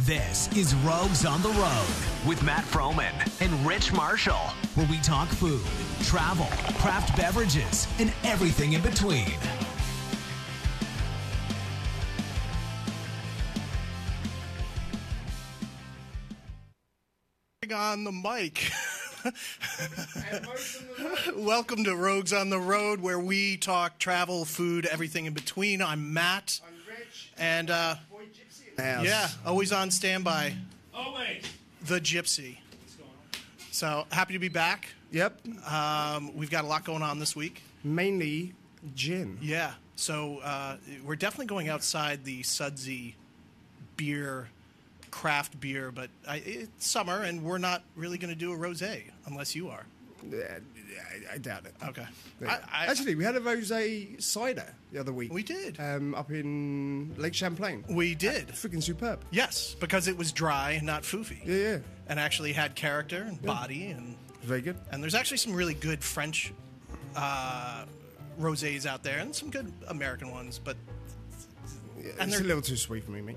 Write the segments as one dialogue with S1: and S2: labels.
S1: This is Rogues on the Road with Matt Froman and Rich Marshall, where we talk food, travel, craft beverages, and everything in between.
S2: on the mic. Welcome to Rogues on the Road, where we talk travel, food, everything in between. I'm Matt. And uh, yeah, always on standby.
S3: Oh,
S4: Always.
S2: The Gypsy. So happy to be back.
S3: Yep.
S2: Um, we've got a lot going on this week.
S3: Mainly gin.
S2: Yeah. So uh, we're definitely going outside the sudsy beer, craft beer, but I, it's summer and we're not really going to do a rosé unless you are.
S3: I, I doubt it.
S2: Okay.
S3: Yeah.
S2: I, I,
S3: Actually, we had a rosé cider the other week.
S2: We did.
S3: Um, up in Lake Champlain.
S2: we did.
S3: Freaking superb.
S2: Yes, because it was dry and not foofy.
S3: Yeah, yeah.
S2: And actually had character and body and
S3: Very good.
S2: and there's actually some really good French uh, rosés out there and some good American ones, but
S3: Yeah,
S2: and
S3: it's a
S2: they're-
S3: little too sweet for me, mate.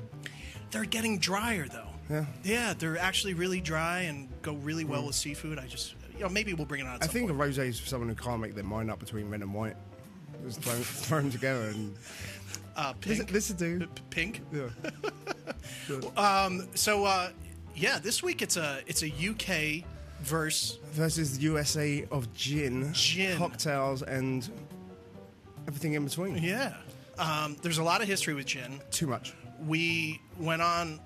S2: they're getting drier though.
S3: Yeah. Mm.
S2: Yeah, they're actually really dry and go really well with seafood. I just, you know, maybe we'll bring it on. At
S3: I
S2: some
S3: think
S2: point.
S3: a rosé is for someone who can't make their mind up between red and white. Just throw, throw them together and
S2: uh,
S3: listen,
S2: pink.
S3: listen to.
S2: P- pink.
S3: Yeah.
S2: So, uh, yeah, this week it's a it's a UK verse.
S3: Versus the USA of gin,
S2: Gin.
S3: cocktails, and everything in between.
S2: Yeah. Um, there's a lot of history with gin.
S3: Too much.
S2: we went on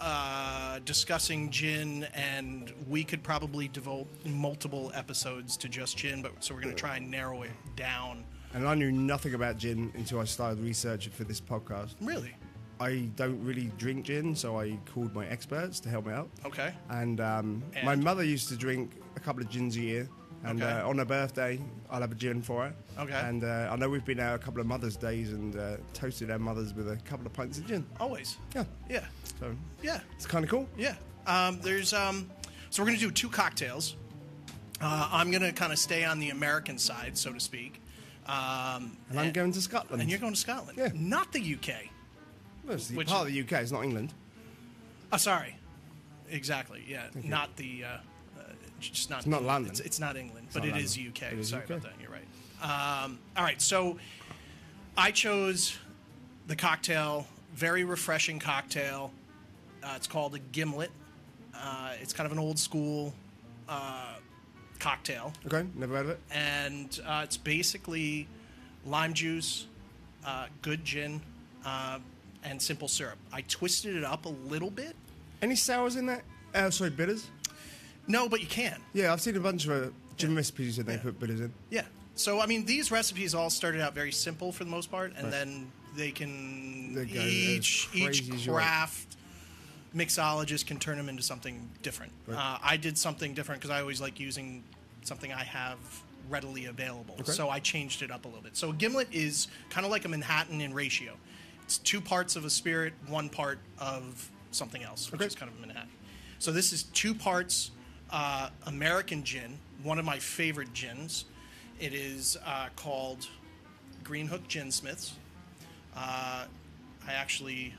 S2: uh, discussing gin, and we could probably devote multiple episodes to just gin, but so we're going to try and narrow it down.
S3: And I knew nothing about gin until I started researching for this podcast.
S2: Really?
S3: I don't really drink gin, so I called my experts to help me out.
S2: Okay.
S3: And, um, my
S2: And?
S3: mother used to drink a couple of gins a year. And
S2: Okay.
S3: uh, on her birthday, I'll have a gin for her.
S2: Okay.
S3: And uh, I know we've been out a couple of Mother's Days and uh, toasted our mothers with a couple of pints of gin.
S2: Always.
S3: Yeah.
S2: Yeah.
S3: So
S2: Yeah.
S3: it's kind of cool.
S2: Yeah. Um, there's um, so we're going to do two cocktails. Uh, I'm going to kind of stay on the American side, so to speak. Um,
S3: And I'm going to Scotland.
S2: and you're going to Scotland,
S3: Yeah.
S2: not the UK.
S3: Well, it's the
S2: Which-
S3: part of the UK, it's not England.
S2: Oh, sorry. Exactly. Yeah. Not the. Uh, uh, just not. It's
S3: not London.
S2: It's, not England, but
S3: not
S2: it is
S3: London.
S2: UK.
S3: It is
S2: sorry
S3: UK.
S2: about that. You're right. Um, all right. So, I chose the cocktail. Very refreshing cocktail. Uh, it's called a gimlet. Uh, it's kind of an old school uh, cocktail,
S3: Okay, never heard of it.
S2: and uh, it's basically lime juice, uh, good gin, uh, and simple syrup. I twisted it up a little bit.
S3: Any sours in that? Uh, sorry, bitters?
S2: No, but you can.
S3: Yeah, I've seen a bunch of uh, gin recipes and they put bitters in.
S2: Yeah. So I mean, these recipes all started out very simple for the most part, and then they can
S3: They go as
S2: each each
S3: crazy as you want.
S2: craft mixologist can turn them into something different. Uh, I did something different because I always like using something I have readily available. So I changed it up a little bit. So a gimlet is kind of like a Manhattan in ratio. It's two parts of a spirit, one part of something else, which
S3: Okay.
S2: is kind of a Manhattan. So this is two parts uh, American gin, one of my favorite gins. It is uh, called Green Hook Ginsmiths. Uh, I actually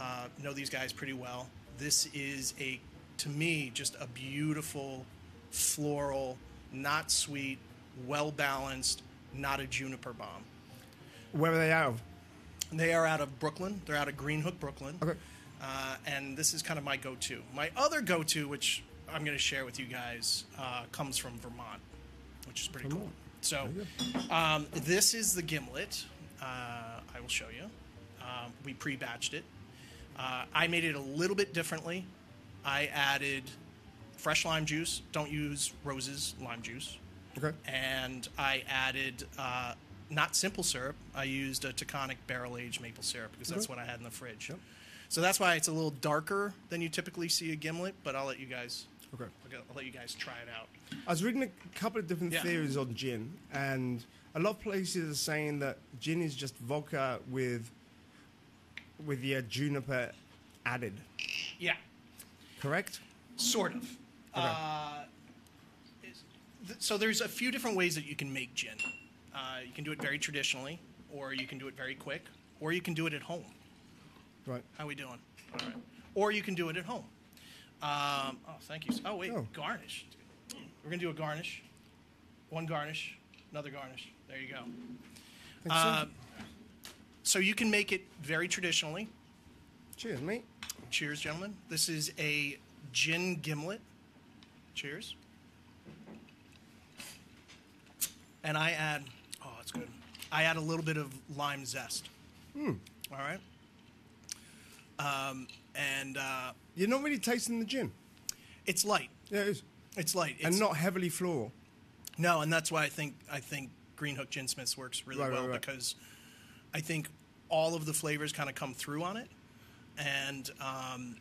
S2: uh, know these guys pretty well. This is a, to me, just a beautiful, floral, not sweet, well balanced, not a juniper bomb.
S3: Where are they out of?
S2: They are out of Brooklyn. They're out of Green Hook, Brooklyn.
S3: Okay.
S2: Uh, and this is kind of my go to. My other go to, which I'm going to share with you guys, uh, comes from Vermont, which is pretty cool. So um, this is the gimlet. Uh, I will show you. Um, we pre batched it. Uh, I made it a little bit differently. I added fresh lime juice. Don't use Rose's lime juice
S3: Okay.
S2: and I added uh, not simple syrup. I used a Taconic barrel aged maple syrup because that's what I had in the fridge. So that's why it's a little darker than you typically see a gimlet. But I'll let you guys.
S3: Okay.
S2: I'll go- I'll let you guys try it out.
S3: I was reading a couple of different
S2: Yeah.
S3: theories on gin, and a lot of places are saying that gin is just vodka with with the uh, juniper added.
S2: Yeah,
S3: Correct?
S2: sort of. Uh, Th- So there's a few different ways that you can make gin. Uh, you can do it very traditionally, or you can do it very quick, or you can do it at home.
S3: Right.
S2: How we doing? All right. or you can do it at home. Um, oh, thank you. Oh wait,
S3: Oh.
S2: garnish. We're gonna do a garnish. One garnish, another garnish. There you go.
S3: Thanks,
S2: Uh,
S3: sir.
S2: so you can make it very traditionally.
S3: Cheers, mate.
S2: Cheers, gentlemen. This is a gin gimlet. Cheers. And I add, oh, it's good. I add a little bit of lime zest.
S3: Hmm.
S2: All right. Um, and uh,
S3: You're not really tasting the gin.
S2: it's light.
S3: Yeah, it is.
S2: It's light. It's,
S3: and not heavily floral.
S2: No, and that's why I think I think Green Hook Gin Smiths works really
S3: Right, right,
S2: well
S3: right.
S2: because I think all of the flavors kind of come through on it, and um,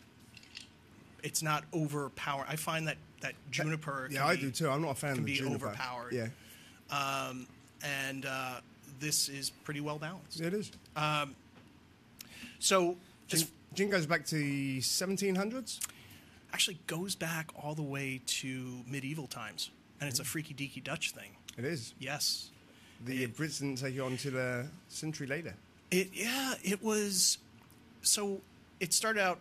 S2: it's not overpower. I find that that juniper.
S3: Yeah,
S2: can
S3: I
S2: be-
S3: do too. I'm not a fan
S2: Can
S3: of the
S2: be
S3: juniper.
S2: overpowered.
S3: Yeah,
S2: and uh, this is pretty well balanced.
S3: it is.
S2: Uh, So
S3: Gin,
S2: just
S3: gin goes back to the 1700s.
S2: actually goes back all the way to medieval times, and
S3: Mm-hmm.
S2: it's a freaky deaky Dutch thing.
S3: It is.
S2: Yes,
S3: The Brits didn't take it on till a century later.
S2: It yeah, it was so it started out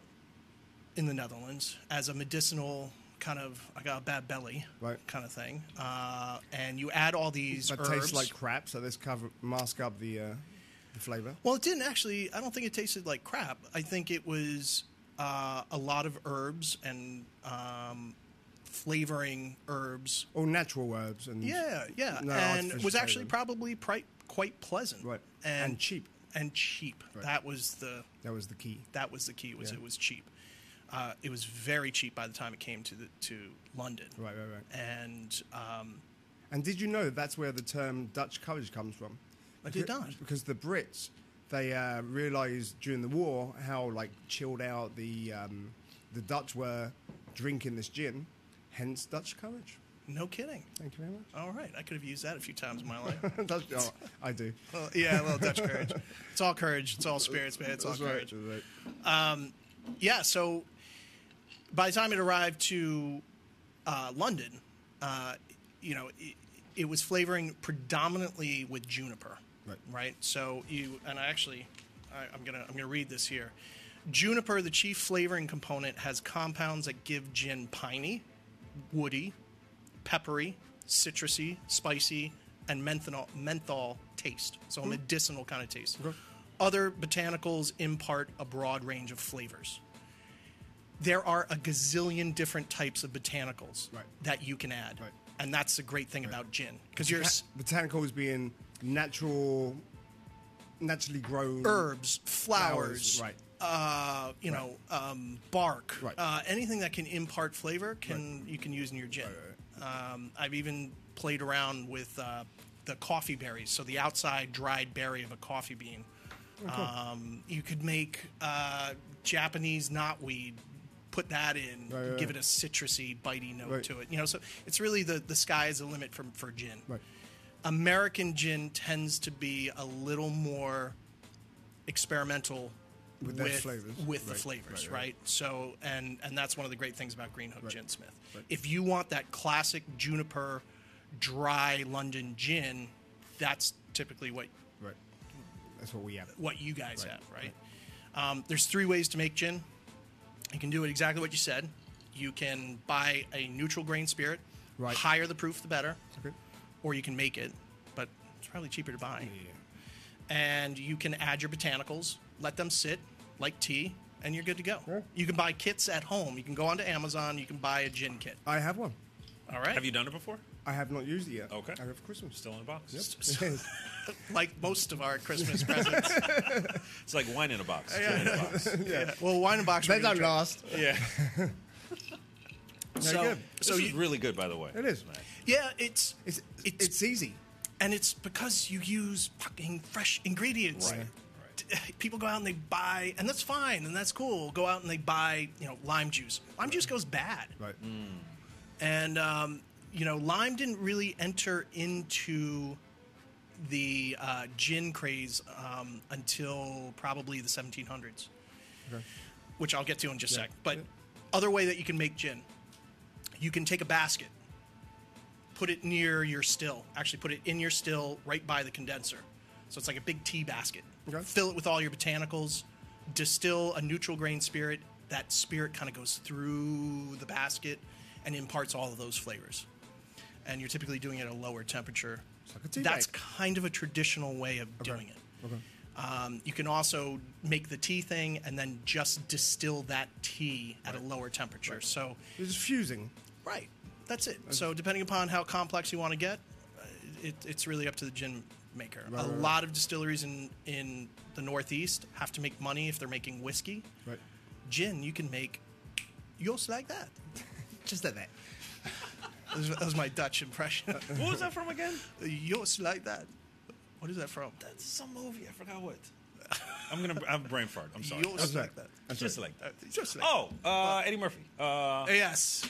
S2: in the Netherlands as a medicinal kind of I got a bad belly
S3: Right.
S2: kind of thing. Uh, and you add all these
S3: But
S2: herbs.
S3: tastes like crap, so let's cover mask up the uh, the flavour.
S2: well, it didn't actually. I don't think it tasted like crap. I think it was uh, a lot of herbs and um, flavoring herbs.
S3: All natural herbs and
S2: Yeah, yeah, and
S3: No artificial
S2: was actually
S3: flavour.
S2: probably pri- quite pleasant
S3: Right.
S2: and,
S3: And cheap.
S2: and cheap. That was the
S3: that was the key.
S2: that was the key was
S3: Yeah.
S2: it was cheap uh, it was very cheap by the time it came to the, to london
S3: Right, right, right.
S2: and um,
S3: And did you know that's where the term Dutch courage comes from?
S2: I did
S3: Because-
S2: not.
S3: Because the Brits, they uh, realised during the war how like chilled out the um, the Dutch were drinking this gin, hence Dutch courage.
S2: no kidding
S3: Thank you very much.
S2: all right i could have used that a few times in my life
S3: Dutch, oh, I do.
S2: Well, yeah a little dutch courage it's all courage it's all spirits man it's all
S3: That's right,
S2: courage
S3: that's right.
S2: yeah so by the time it arrived to uh, london uh, you know it, it was flavoring predominantly with juniper
S3: Right.
S2: so you and i actually I, i'm gonna i'm gonna read this here juniper the chief flavoring component has compounds that give gin piney woody peppery citrusy spicy and menthol menthol taste so
S3: Hmm.
S2: a medicinal kind of taste other botanicals impart a broad range of flavors there are a gazillion different types of botanicals
S3: Right.
S2: that you can add.
S3: Right.
S2: And that's the great thing about gin because you're s-
S3: botanicals being natural, naturally grown
S2: herbs, flowers,
S3: right?
S2: uh, you know, um, bark,
S3: Right.
S2: uh, anything that can impart flavor can you can use in your gin. Um, I've even played around with uh, the coffee berries, so the outside dried berry of a coffee bean.
S3: Oh,
S2: Um, you could make uh, Japanese knotweed, put that in,
S3: Right, right,
S2: give
S3: right.
S2: it a citrusy, bitey note
S3: Right.
S2: to it. You know, so it's really the the sky is the limit for for gin.
S3: Right.
S2: American gin tends to be a little more experimental
S3: With their flavors.
S2: with the
S3: Right,
S2: flavors, right,
S3: right, right.
S2: So, and and that's one of the great things about Green Hook Gin Smith.
S3: right.
S2: If you want that classic juniper, dry London gin, that's typically what
S3: Right. That's what we have.
S2: what you guys
S3: Right,
S2: have, right? Um, there's three ways to make gin. You can do it exactly what you said. You can buy a neutral grain spirit,
S3: Right.
S2: higher the proof, the better,
S3: Okay.
S2: or you can make it, but it's probably cheaper to buy
S3: Yeah.
S2: and you can add your botanicals, let them sit like tea, and you're good to go. You can buy kits at home. You can go onto Amazon. You can buy a gin kit.
S3: I have one.
S2: All right.
S4: Have you done it before?
S3: I have not used it yet.
S4: Okay.
S3: I have Christmas.
S4: Still in a box.
S3: Yes.
S2: like most of our Christmas presents.
S4: It's like wine in a box. gin in a box.
S2: yeah. Well, wine and box.
S3: they
S2: we're gonna
S3: don't
S2: try.
S3: last.
S4: Yeah.
S3: They're
S2: So,
S3: good.
S2: so
S4: So this
S2: you,
S4: is really good, by the way.
S3: It is.
S2: yeah, it's,
S3: It's, it's
S2: It's-
S3: easy.
S2: and it's because you use fucking fresh ingredients.
S4: Right.
S2: People go out and they buy, and that's fine, and that's cool. Go out and they buy, you know, lime juice. Lime juice goes bad.
S3: Right.
S2: and um, you know lime didn't really enter into the uh, gin craze um, until probably the 1700s which i'll get to in just a
S3: Yeah.
S2: sec but
S3: Yeah.
S2: other way that you can make gin you can take a basket put it near your still actually put it in your still right by the condenser so it's like a big tea basket
S3: Okay.
S2: fill it with all your botanicals distill a neutral grain spirit that spirit kind of goes through the basket and imparts all of those flavors. And you're typically doing it at a lower temperature.
S3: like a tea
S2: That's
S3: bag.
S2: kind of a traditional way of doing it. Um, you can also make the tea thing and then just distill that tea at a lower temperature. So
S3: It's fusing.
S2: Right. That's it. So depending upon how complex you want to get, uh, it, it's really up to the gin maker. a
S3: right, right.
S2: lot of distilleries in in the Northeast have to make money if they're making whiskey.
S3: Right.
S2: Gin, you can make just like that.
S3: Just like that.
S2: That was, that was my Dutch
S3: Uh,
S2: impression.
S4: What was that from again?
S2: just like that. What is that from?
S4: That's some movie. I forgot what. I'm gonna. I'm brain fart. I'm sorry.
S2: Just
S3: right.
S2: like that.
S3: That's
S4: just
S3: right.
S4: like that.
S2: Just like
S4: Oh, uh, Eddie Murphy. Uh,
S2: Yes.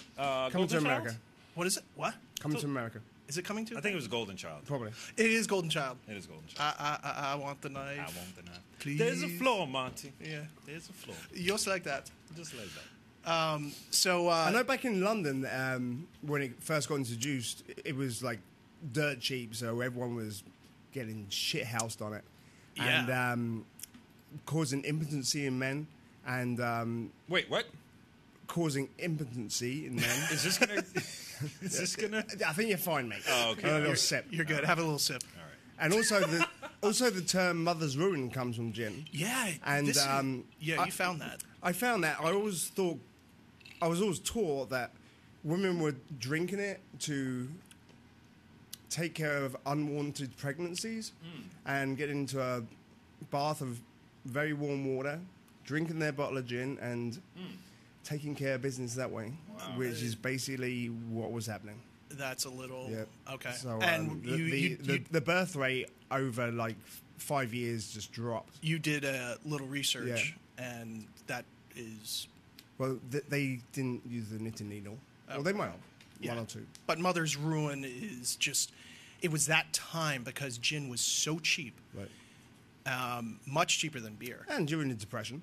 S3: Come
S4: uh,
S3: to
S4: Golden
S3: America.
S4: Child?
S2: What is it? What?
S3: Come to America.
S2: Is it coming to?
S4: I think it was Golden Child.
S3: Probably.
S2: it is Golden Child.
S4: It is Golden Child.
S2: I, I, I, I want the knife.
S4: I won't deny.
S2: Please.
S4: There's a floor, Monty.
S2: Yeah.
S4: There's a floor.
S2: Just like that.
S4: Just like that.
S2: So uh,
S3: I know back in London, um, when it first got introduced, i- it was like dirt cheap, so everyone was getting shit housed on it.
S2: Yeah.
S3: And um, causing impotency in men and um,
S4: Wait, what?
S3: causing impotency in men.
S4: Is this gonna? is this gonna?
S3: I think you're fine, mate.
S4: Oh, okay.
S3: And a little
S4: You're-
S3: sip.
S2: You're good. Have a little sip.
S4: All right.
S3: And also the also the term "mother's ruin" comes from gin.
S2: Yeah,
S3: And,
S2: this is-
S3: um,
S2: yeah,
S3: I-
S2: you found that.
S3: I found that I always thought I was always taught that women were drinking it to take care of unwanted pregnancies
S2: Hmm.
S3: and get into a bath of very warm water, drinking their bottle of gin and
S2: Hmm.
S3: taking care of business that way, which is basically what was happening.
S2: That's a little
S3: Yeah.
S2: Oh, okay.
S3: So
S2: and
S3: um, the,
S2: you,
S3: the,
S2: you,
S3: the,
S2: you,
S3: the birth rate over like f- five years just dropped.
S2: you did a little research, and that is.
S3: Well, th- they didn't use the knitting needle.
S2: Oh.
S3: well, they might have. One or two.
S2: But Mother's Ruin is just. It was that time because gin was so cheap,
S3: Right.
S2: um, much cheaper than beer.
S3: And during the depression,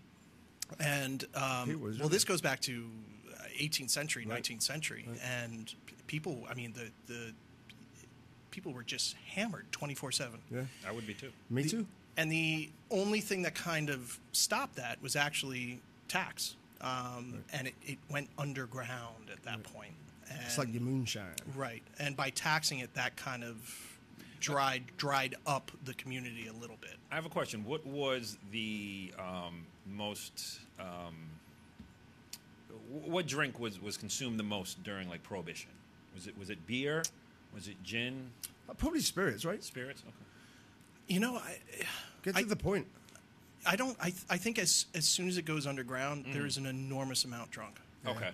S2: And um,
S3: It was,
S2: well,
S3: yeah.
S2: this goes back to uh, 18th century, 19th century, and p- people. I mean, the the people were just hammered 24 seven.
S3: yeah.
S4: I would be too.
S3: Me too.
S2: And the only thing that kind of stopped that was actually tax. Um, And it, it went underground at that point. And,
S3: It's like your moonshine.
S2: right. And by taxing it, that kind of dried dried up the community a little bit.
S4: I have a question. What was the um, most? Um, wh- what drink was, was consumed the most during like Prohibition? Was it was it beer? Was it gin?
S3: Uh, Probably spirits, right?
S4: Spirits? Okay.
S2: You know, I,
S3: Get to
S2: I-
S3: the point.
S2: I don't. I, I think as as soon as it goes underground,
S4: Mm.
S2: there is an enormous amount drunk.
S4: Okay.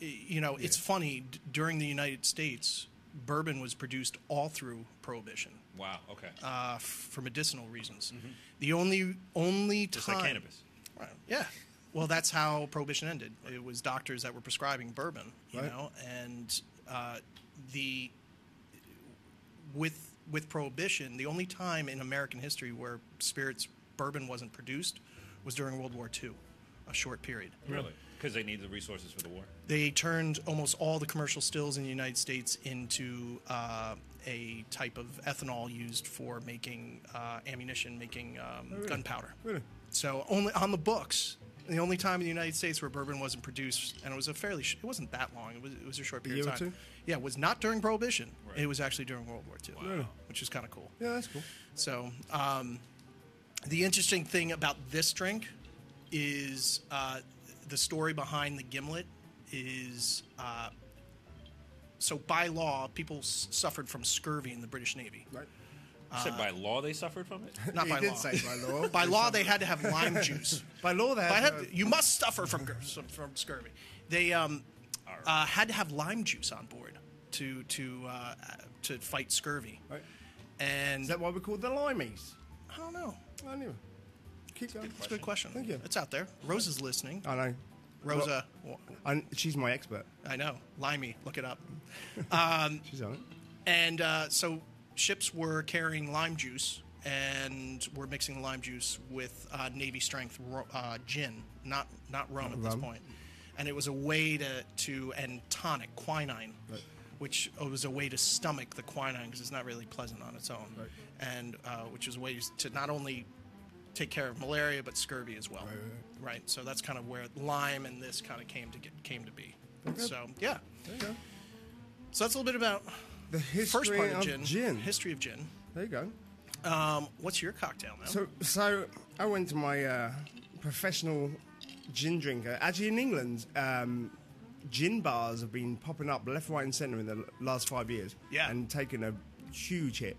S2: you know, it's funny d- during the United States, bourbon was produced all through Prohibition
S4: Wow. Okay.
S2: uh, f- for medicinal reasons. The only only time,
S4: Mm-hmm. Just like cannabis.
S2: Right. Yeah. Well, that's how prohibition ended. It was doctors that were prescribing bourbon, you
S3: Right.
S2: know, and uh, the with with prohibition, the only time in American history where spirits bourbon wasn't produced was during World War II, a short period.
S4: Really? Because they need the resources for the war.
S2: They turned almost all the commercial stills in the United States into uh, a type of ethanol used for making uh, ammunition, making um, gunpowder.
S3: Oh, Really?
S2: So only on the books, the only time in the United States where bourbon wasn't produced, and it was a fairly, sh- it wasn't that long. It was it was a short period
S3: year
S2: of
S3: or
S2: time.
S3: two?
S2: Yeah, it was not during Prohibition.
S4: Right.
S2: It was actually during World War II,
S4: Really?
S2: which is kind of cool.
S3: Yeah, that's cool.
S2: So, um, the interesting thing about this drink is uh, the story behind the gimlet is uh, so by law, people s- suffered from scurvy in the British Navy.
S3: Right.
S4: You
S2: Uh,
S4: said by law they suffered from it.
S2: Not
S3: He
S2: by
S3: did
S2: law.
S3: say by law.
S2: by law, they had to have lime juice.
S3: By law, uh, they
S2: But I
S3: had,
S2: have, you must suffer from gr- some- from scurvy. They um, uh, had to have lime juice on board to to uh, to fight scurvy.
S3: Right.
S2: And
S3: Is that why we called the limeys?
S2: I don't know.
S3: Anyway, keep going.
S2: It's a good question.
S3: Thank you.
S2: It's out there. Rosa's listening.
S3: I know.
S2: Rosa, w-
S3: And she's my expert.
S2: I know. Limey, look it up.
S3: She's on it.
S2: And uh, so ships were carrying lime juice and were mixing the lime juice with uh, Navy strength ro- uh, gin, not not rum at this
S3: rum.
S2: point. And it was a way to, to and tonic quinine, which uh, was a way to stomach the quinine because it's not really pleasant on its own, and uh, which was a way to not only take care of malaria, but scurvy as well. Right. So that's kind of where lime and this kind of came to get, came to be. So yeah.
S3: There you go.
S2: So that's a little bit about
S3: The history
S2: first part of,
S3: of
S2: gin,
S3: gin.
S2: History of gin.
S3: There you go.
S2: Um, what's your cocktail now?
S3: So, so I went to my uh, professional gin drinker. Actually, in England, um, gin bars have been popping up left, right, and centre in the l- last five years.
S2: Yeah.
S3: and taking a huge hit.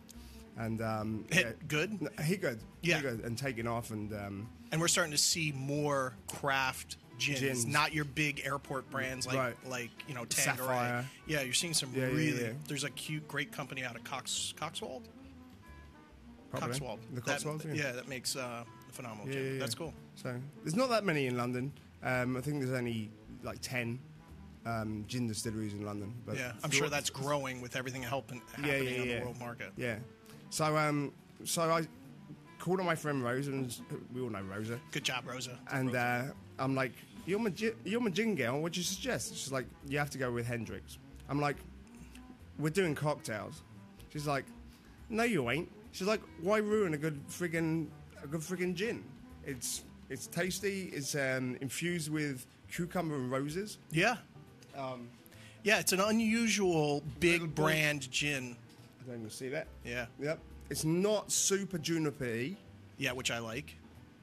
S3: And um,
S2: Hit good?
S3: N- Hit good. Hit
S2: Yeah.
S3: good, and taking off. And um,
S2: and we're starting to see more craft gins,
S3: Gins.
S2: not your big airport brands like
S3: Right.
S2: like you know Tanqueray.
S3: Sapphire.
S2: Yeah, you're seeing some
S3: Yeah, yeah,
S2: really.
S3: yeah.
S2: There's a cute, great company out of Cox Coxwold.
S3: probably
S2: Coxwold.
S3: the
S2: That-
S3: Cotswolds.
S2: yeah. that makes uh, a phenomenal
S3: Yeah,
S2: gin.
S3: yeah, yeah.
S2: That's cool.
S3: So there's not that many in London. Um, I think there's only like ten um, gin distilleries in London. But
S2: Yeah, I'm
S3: through-
S2: sure that's growing with everything helping happening on the world market.
S3: Yeah. So um, so I called on my friend Rosa, and we all know Rosa,
S2: Good job, Rosa.
S3: and uh, I'm like, "You're my gi- you're my gin girl. What do you suggest?" She's like, "You have to go with Hendrix." I'm like, "We're doing cocktails." She's like, "No, you ain't." She's like, "Why ruin a good friggin' a good friggin' gin? It's it's tasty. It's um, infused with cucumber and roses."
S2: yeah, Um, yeah, it's an unusual big brand gin.
S3: I don't even see that.
S2: Yeah,
S3: Yep. It's not super juniper.
S2: yeah, which I like.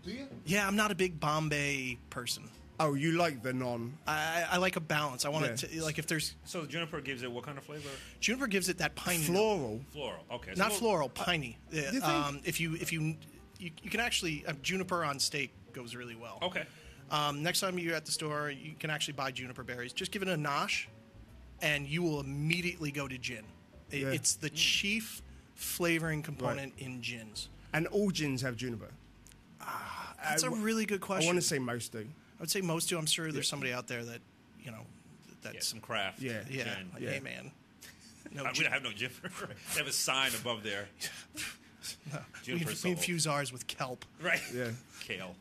S3: Do you?
S2: Yeah, I'm not a big Bombay person.
S3: Oh, you like the non?
S2: I, I like a balance. I want
S3: Yeah.
S2: to like if there's
S4: So juniper gives it what kind of flavor?
S2: juniper gives it that piney note.
S3: Floral. Uh,
S4: Floral. Okay. so
S2: not
S4: we'll-
S2: floral, piney. Yeah,
S3: think?
S2: um, if you if you you, you can actually uh, juniper on steak goes really well.
S4: Okay.
S2: Um, next time you're at the store, you can actually buy juniper berries. Just give it a nosh, and you will immediately go to gin. It,
S3: Yeah.
S2: It's the chief flavoring component in gins.
S3: And all gins have juniper.
S2: That's a
S3: w-
S2: really good
S3: I
S2: question.
S3: want to say most do.
S2: I would say most do. I'm sure there's somebody out there that you know that's
S4: Yeah, some craft.
S3: Yeah.
S2: yeah,
S4: gin.
S2: like,
S3: yeah.
S2: hey man. No,
S4: Uh, we
S2: gin-
S4: don't have no juniper. they have a sign above there.
S2: we,
S4: Juniper
S2: inf- we
S4: sold.
S2: infuse ours with kelp,
S4: Right.
S3: Yeah.
S4: Kale.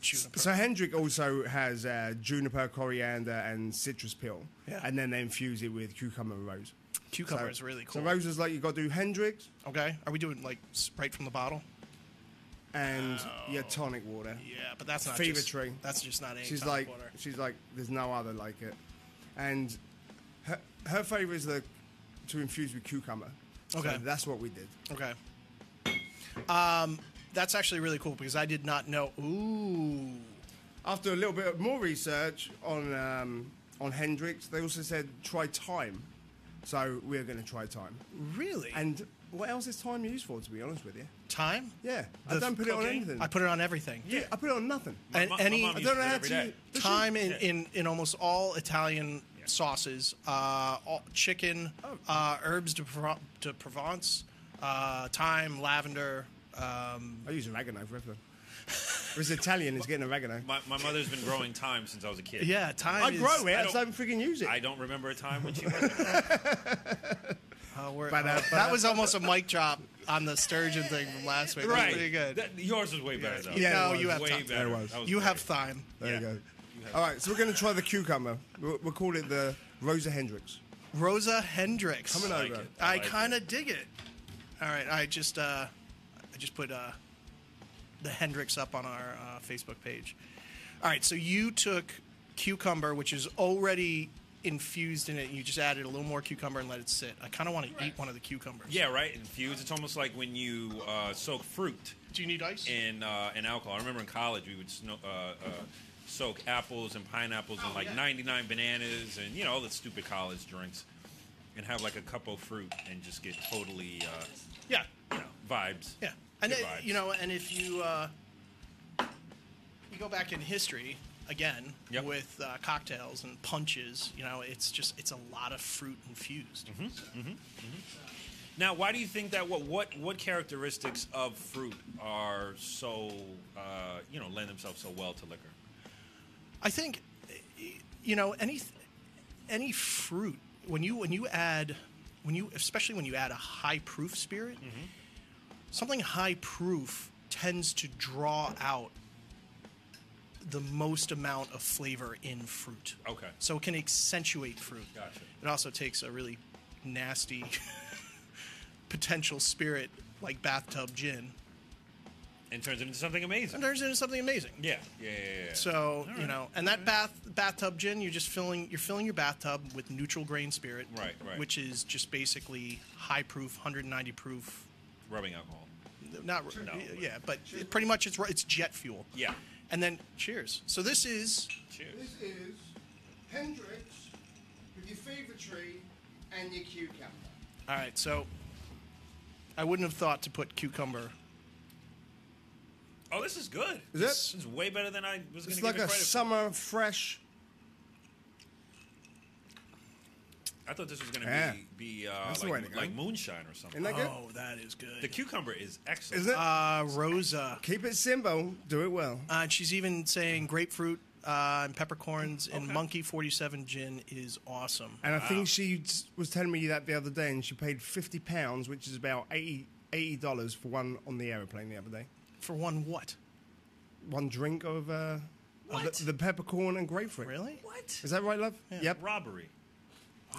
S2: juniper.
S3: So Hendrick also has uh, juniper, coriander, and citrus peel.
S2: Yeah.
S3: And then they infuse it with cucumber and rose.
S2: Cucumber is really cool.
S3: So rose is like you got to do Hendrix
S2: Okay. Are we doing like s- right from the bottle?
S3: and your tonic water.
S2: Oh. Yeah, but that's not
S3: Fever
S2: just,
S3: tree.
S2: That's just not any
S3: She's
S2: tonic
S3: like,
S2: water.
S3: she's like, there's no other like it. And her, her favorite is the to infuse with cucumber.
S2: Okay.
S3: So that's what we did.
S2: Okay. Um, that's actually really cool because I did not know. Ooh.
S3: After a little bit of more research on um, on Hendrix, they also said try time. So we're going to try time.
S2: Really?
S3: And what else is time used for? To be honest with you,
S2: time?
S3: yeah, I
S2: The
S3: don't put it on
S4: cocaine?
S3: anything.
S2: I put it on everything.
S3: Yeah, I put it on nothing.
S4: My
S2: And
S4: mu-
S2: any-
S4: my mom
S2: I
S3: I
S4: used
S3: don't know
S4: to do it
S3: how
S4: every
S3: to.
S4: day.
S3: does she-
S2: Time in, in, in almost all Italian sauces, uh, all, chicken,
S3: Oh.
S2: uh, herbs de, Provo- de Provence, uh, thyme, lavender. Um,
S3: I use oregano for everything. If it's Italian, it's getting oregano.
S4: My, my mother's been growing thyme since I was a kid.
S2: yeah, thyme.
S3: I
S2: is-
S3: grow it. I
S4: I
S3: just
S4: don't-
S3: don't freaking use it.
S4: I don't remember a time when she wasn't.
S2: Uh, we're-
S3: But, uh,
S2: uh,
S3: but,
S2: that
S3: uh,
S2: was almost a mic drop on the sturgeon thing from last week. That was pretty good.
S4: That- yours was way better, though.
S2: Yeah,
S3: Yeah, it
S2: no,
S3: was.
S2: you have
S4: way
S2: thyme.
S4: better.
S3: It was.
S4: That
S2: You
S4: great.
S2: have thyme.
S3: there
S4: yeah.
S3: you go. All right, so we're going to try the cucumber. We'll, we'll call it the Rosa Hendrix.
S2: Rosa Hendricks.
S3: Coming
S4: I
S3: over.
S4: like it.
S2: I
S4: like
S2: kind
S4: it.
S2: of dig it. All right, I just uh, I just put uh, the Hendricks up on our uh, Facebook page. All right, so you took cucumber, which is already infused in it. You just added a little more cucumber and let it sit. I kind of want to eat one of the cucumbers.
S4: Yeah, right. Infused. It's almost like when you uh, soak fruit
S2: Do you need ice?
S4: in uh, in alcohol. I remember in college we would sno- uh, uh, soak apples and pineapples and like 99 bananas and you know all the stupid college drinks, and have like a cup of fruit and just get totally uh,
S2: yeah.
S4: you know, vibes.
S2: Yeah, and
S4: Good
S2: it,
S4: vibes.
S2: you know, and if you uh, you go back in history again
S4: Yep.
S2: with uh, cocktails and punches, you know, it's just it's a lot of fruit infused.
S4: Mm-hmm. Now, why do you think that? What what what characteristics of fruit are so uh, you know lend themselves so well to liquor?
S2: I think, you know, any any fruit when you when you add when you especially when you add a high proof spirit,
S4: Mm-hmm.
S2: something high proof tends to draw out the most amount of flavor in fruit.
S4: Okay.
S2: So it can accentuate fruit.
S4: Gotcha.
S2: It also takes a really nasty potential spirit like bathtub gin
S4: and turns it into something amazing.
S2: and turns it into something amazing.
S4: Yeah, yeah, yeah. yeah, yeah.
S2: So you know, and that bath bathtub gin, you're just filling you're filling your bathtub with neutral grain spirit,
S4: Right, right.
S2: which is just basically high proof, 190 proof.
S4: rubbing alcohol.
S2: Not
S4: No.
S2: yeah, but it- pretty much it's ru- it's jet fuel.
S4: Yeah.
S2: And then cheers. So this is
S4: Cheers.
S5: This is Hendrix with your fever tree and your cucumber.
S2: all right. So I wouldn't have thought to put cucumber.
S4: Oh, this is good.
S3: Is it?
S4: this is way better than I was going
S3: It's
S4: to give
S3: like
S4: it
S3: a
S4: credit.
S3: summer fresh.
S4: for. I thought this was going to
S3: Yeah.
S4: be, be uh,
S3: That's the way to
S4: like,
S3: go.
S4: like moonshine or something.
S3: Isn't that good?
S2: Oh, that is good.
S4: the cucumber is excellent.
S3: Isn't it?
S2: uh, Rosa.
S3: Keep it simple. Do it well.
S2: Uh, and she's even saying grapefruit uh, and peppercorns and Monkey 47 gin is awesome.
S3: And I think she s- was telling me that the other day, and she paid fifty pounds, which is about 80 dollars for one on the aeroplane the other day.
S2: For one, what?
S3: One drink of uh,
S4: What?
S3: The, the peppercorn and grapefruit.
S2: Really?
S4: What?
S3: Is that right, love? Yep.
S4: Robbery.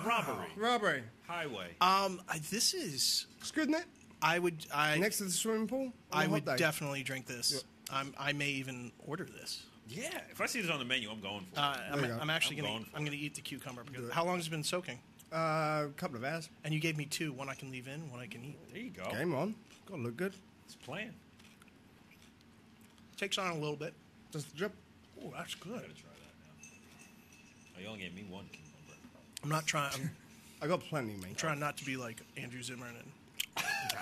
S4: Robbery.
S3: Robbery.
S4: Highway.
S3: Uh,
S2: Um, I, this is.
S3: It's good, isn't it?
S2: I would. I
S3: Next to the swimming pool. on
S2: I
S3: a hot
S2: would
S3: day.
S2: definitely drink this. I'm, I may even order this.
S4: yeah. If I see this on the menu, I'm going for it.
S2: Uh, I'm,
S3: There you go.
S2: I'm actually
S4: I'm
S2: gonna.
S4: going for
S2: I'm gonna eat the cucumber. Because how long has it been soaking?
S3: Uh, couple of hours.
S2: And you gave me two. One I can leave in. One I can eat.
S4: there you go.
S3: Game on. Gotta look good.
S4: It's playing.
S2: Takes on a little bit.
S3: Just a drip.
S2: Oh, that's
S4: I
S2: good.
S4: gotta try that now. Oh, you only gave me one cucumber.
S2: I'm not trying. I'm
S3: I got plenty, mate.
S2: trying not to be like Andrew Zimmern and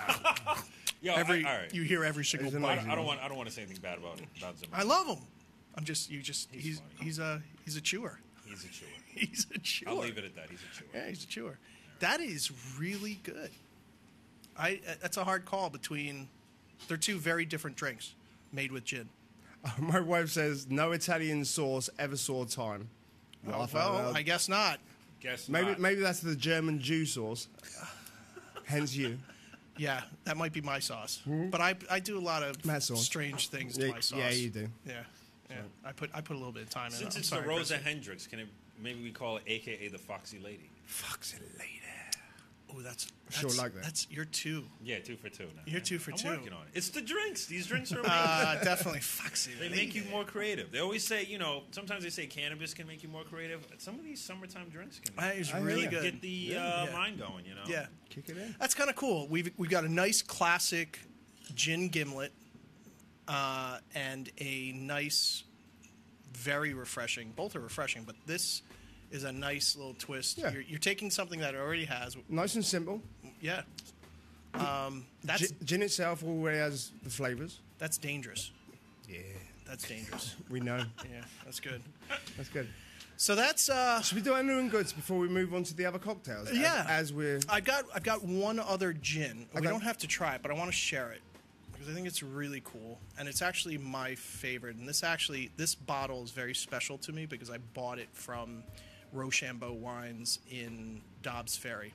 S4: Yo, I-
S2: every.
S4: all right.
S2: You hear every single
S3: There's an
S4: I,
S2: bite.
S4: don't- I don't want. I don't want to say anything bad about about Zimmer.
S2: I love him. I'm just you just he's he's,
S4: funny.
S2: a he's a chewer.
S4: He's a chewer.
S2: He's a chewer.
S4: I'll leave it at that. He's a chewer.
S2: Yeah, he's a chewer. That is really good. I uh, that's a hard call between they're two very different drinks made with gin.
S3: My wife says no Italian sauce ever saw time.
S2: Oh,
S3: Laugh out
S2: well,
S3: loud.
S2: I guess not.
S4: Guess
S3: maybe
S4: not.
S3: maybe that's the German Jew sauce. Hence you.
S2: Yeah, that might be my sauce. But I I do a lot of
S3: Matt Mm-hmm. sauce.
S2: strange things to
S3: Yeah,
S2: my sauce.
S3: yeah, you do.
S2: Yeah. Yeah. I put I put a little bit of time in.
S4: Since
S2: I'm
S4: it's
S2: sorry,
S4: the Rosa
S2: Chris.
S4: Hendricks, can it, maybe we call it AKA the Foxy Lady?
S3: Fuck's a lady.
S2: Oh, that's, that's
S3: Sure like that.
S2: That's you're two.
S4: Yeah, two for two now.
S2: You're two for
S4: I'm
S2: two.
S4: working on it. It's the drinks. These drinks are amazing.
S2: Uh, definitely foxy.
S4: they make you more creative. They always say, you know, sometimes they say cannabis can make you more creative. Some of these summertime drinks can
S2: That is
S3: I hear
S2: really
S3: ya.
S2: good.
S4: get the uh,
S2: Yeah.
S4: mind going, you know?
S2: yeah.
S3: Kick it in.
S2: That's kind of cool. We've we got a nice classic gin gimlet uh, and a nice, very refreshing. Both are refreshing, but this is a nice little twist.
S3: Yeah.
S2: You're, you're taking something that it already has.
S3: Nice and simple.
S2: Yeah. Um, that's
S3: Gin, gin itself already has the flavors.
S2: that's dangerous.
S3: Yeah.
S2: That's dangerous.
S3: We know.
S2: yeah, that's good.
S3: That's good.
S2: So that's uh,
S3: Should we do our new and goods before we move on to the other cocktails? As-
S2: Yeah. Uh,
S3: As, we're
S2: I've got I've got one other gin. We
S3: Okay.
S2: don't have to try it, but I want to share it because I think it's really cool and it's actually my favorite. And this actually this bottle is very special to me because I bought it from Rochambeau Wines in Dobbs Ferry,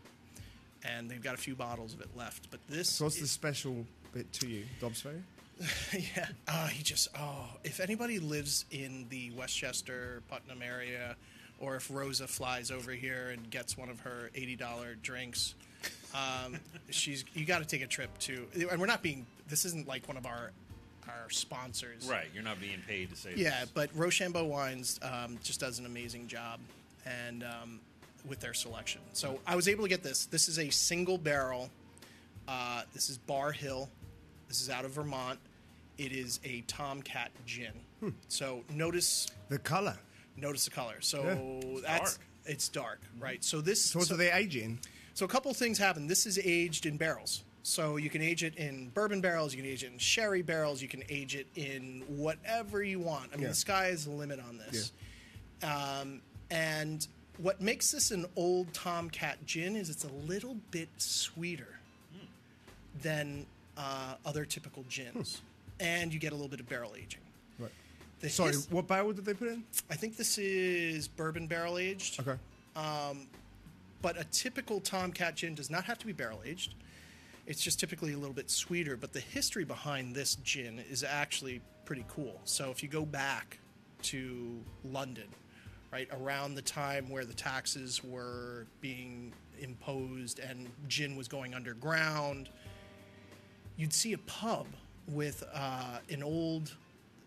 S2: and they've got a few bottles of it left. But this
S3: so what's the
S2: is-
S3: special bit to you, Dobbs Ferry?
S2: yeah. Uh, he just, oh, if anybody lives in the Westchester, Putnam area, or if Rosa flies over here and gets one of her $80 drinks, um, she's, you got to take a trip to, and we're not being, this isn't like one of our, our sponsors.
S4: Right. You're not being paid to say
S2: Yeah,
S4: this.
S2: but Rochambeau Wines um, just does an amazing job, and um, with their selection. So I was able to get this. This is a single barrel. Uh, this is Bar Hill. This is out of Vermont. It is a Tomcat gin. So notice
S3: The colour.
S2: notice the color. So
S3: Yeah.
S2: that's
S4: dark.
S2: it's dark, right? So this
S3: So what
S2: so-
S3: do they age in?
S2: so a couple things happen. This is aged in barrels. So you can age it in bourbon barrels, you can age it in sherry barrels, you can age it in whatever you want. I mean,
S3: Yeah.
S2: the sky is the limit on this. Um, and what makes this an old Tomcat gin is it's a little bit sweeter than uh, other typical
S3: Hmm.
S2: gins, and you get a little bit of barrel aging.
S3: Right.
S2: The
S3: Sorry,
S2: his-
S3: what barrel did they put in?
S2: I think this is bourbon barrel aged. Um,
S3: Okay.
S2: But a typical Tomcat gin does not have to be barrel aged. It's just typically a little bit sweeter. But the history behind this gin is actually pretty cool. So if you go back to London, right around the time where the taxes were being imposed and gin was going underground, you'd see a pub with uh, an old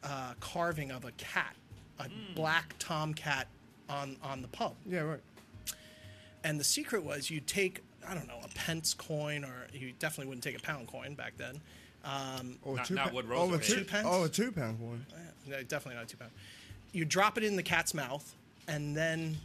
S2: uh, carving of a cat, a black tomcat on on the pub.
S3: Yeah, right.
S2: And the secret was you'd take, I don't know, a pence coin, or you definitely wouldn't take a pound coin back then. Um,
S3: Or
S4: Not-
S3: two
S4: not
S3: pa-
S4: what
S3: oh,
S4: Rosa
S3: a
S4: paid.
S3: two,
S2: Two pence?
S3: Oh, a two pound coin.
S2: no, definitely not two pound. You drop it in the cat's mouth, and then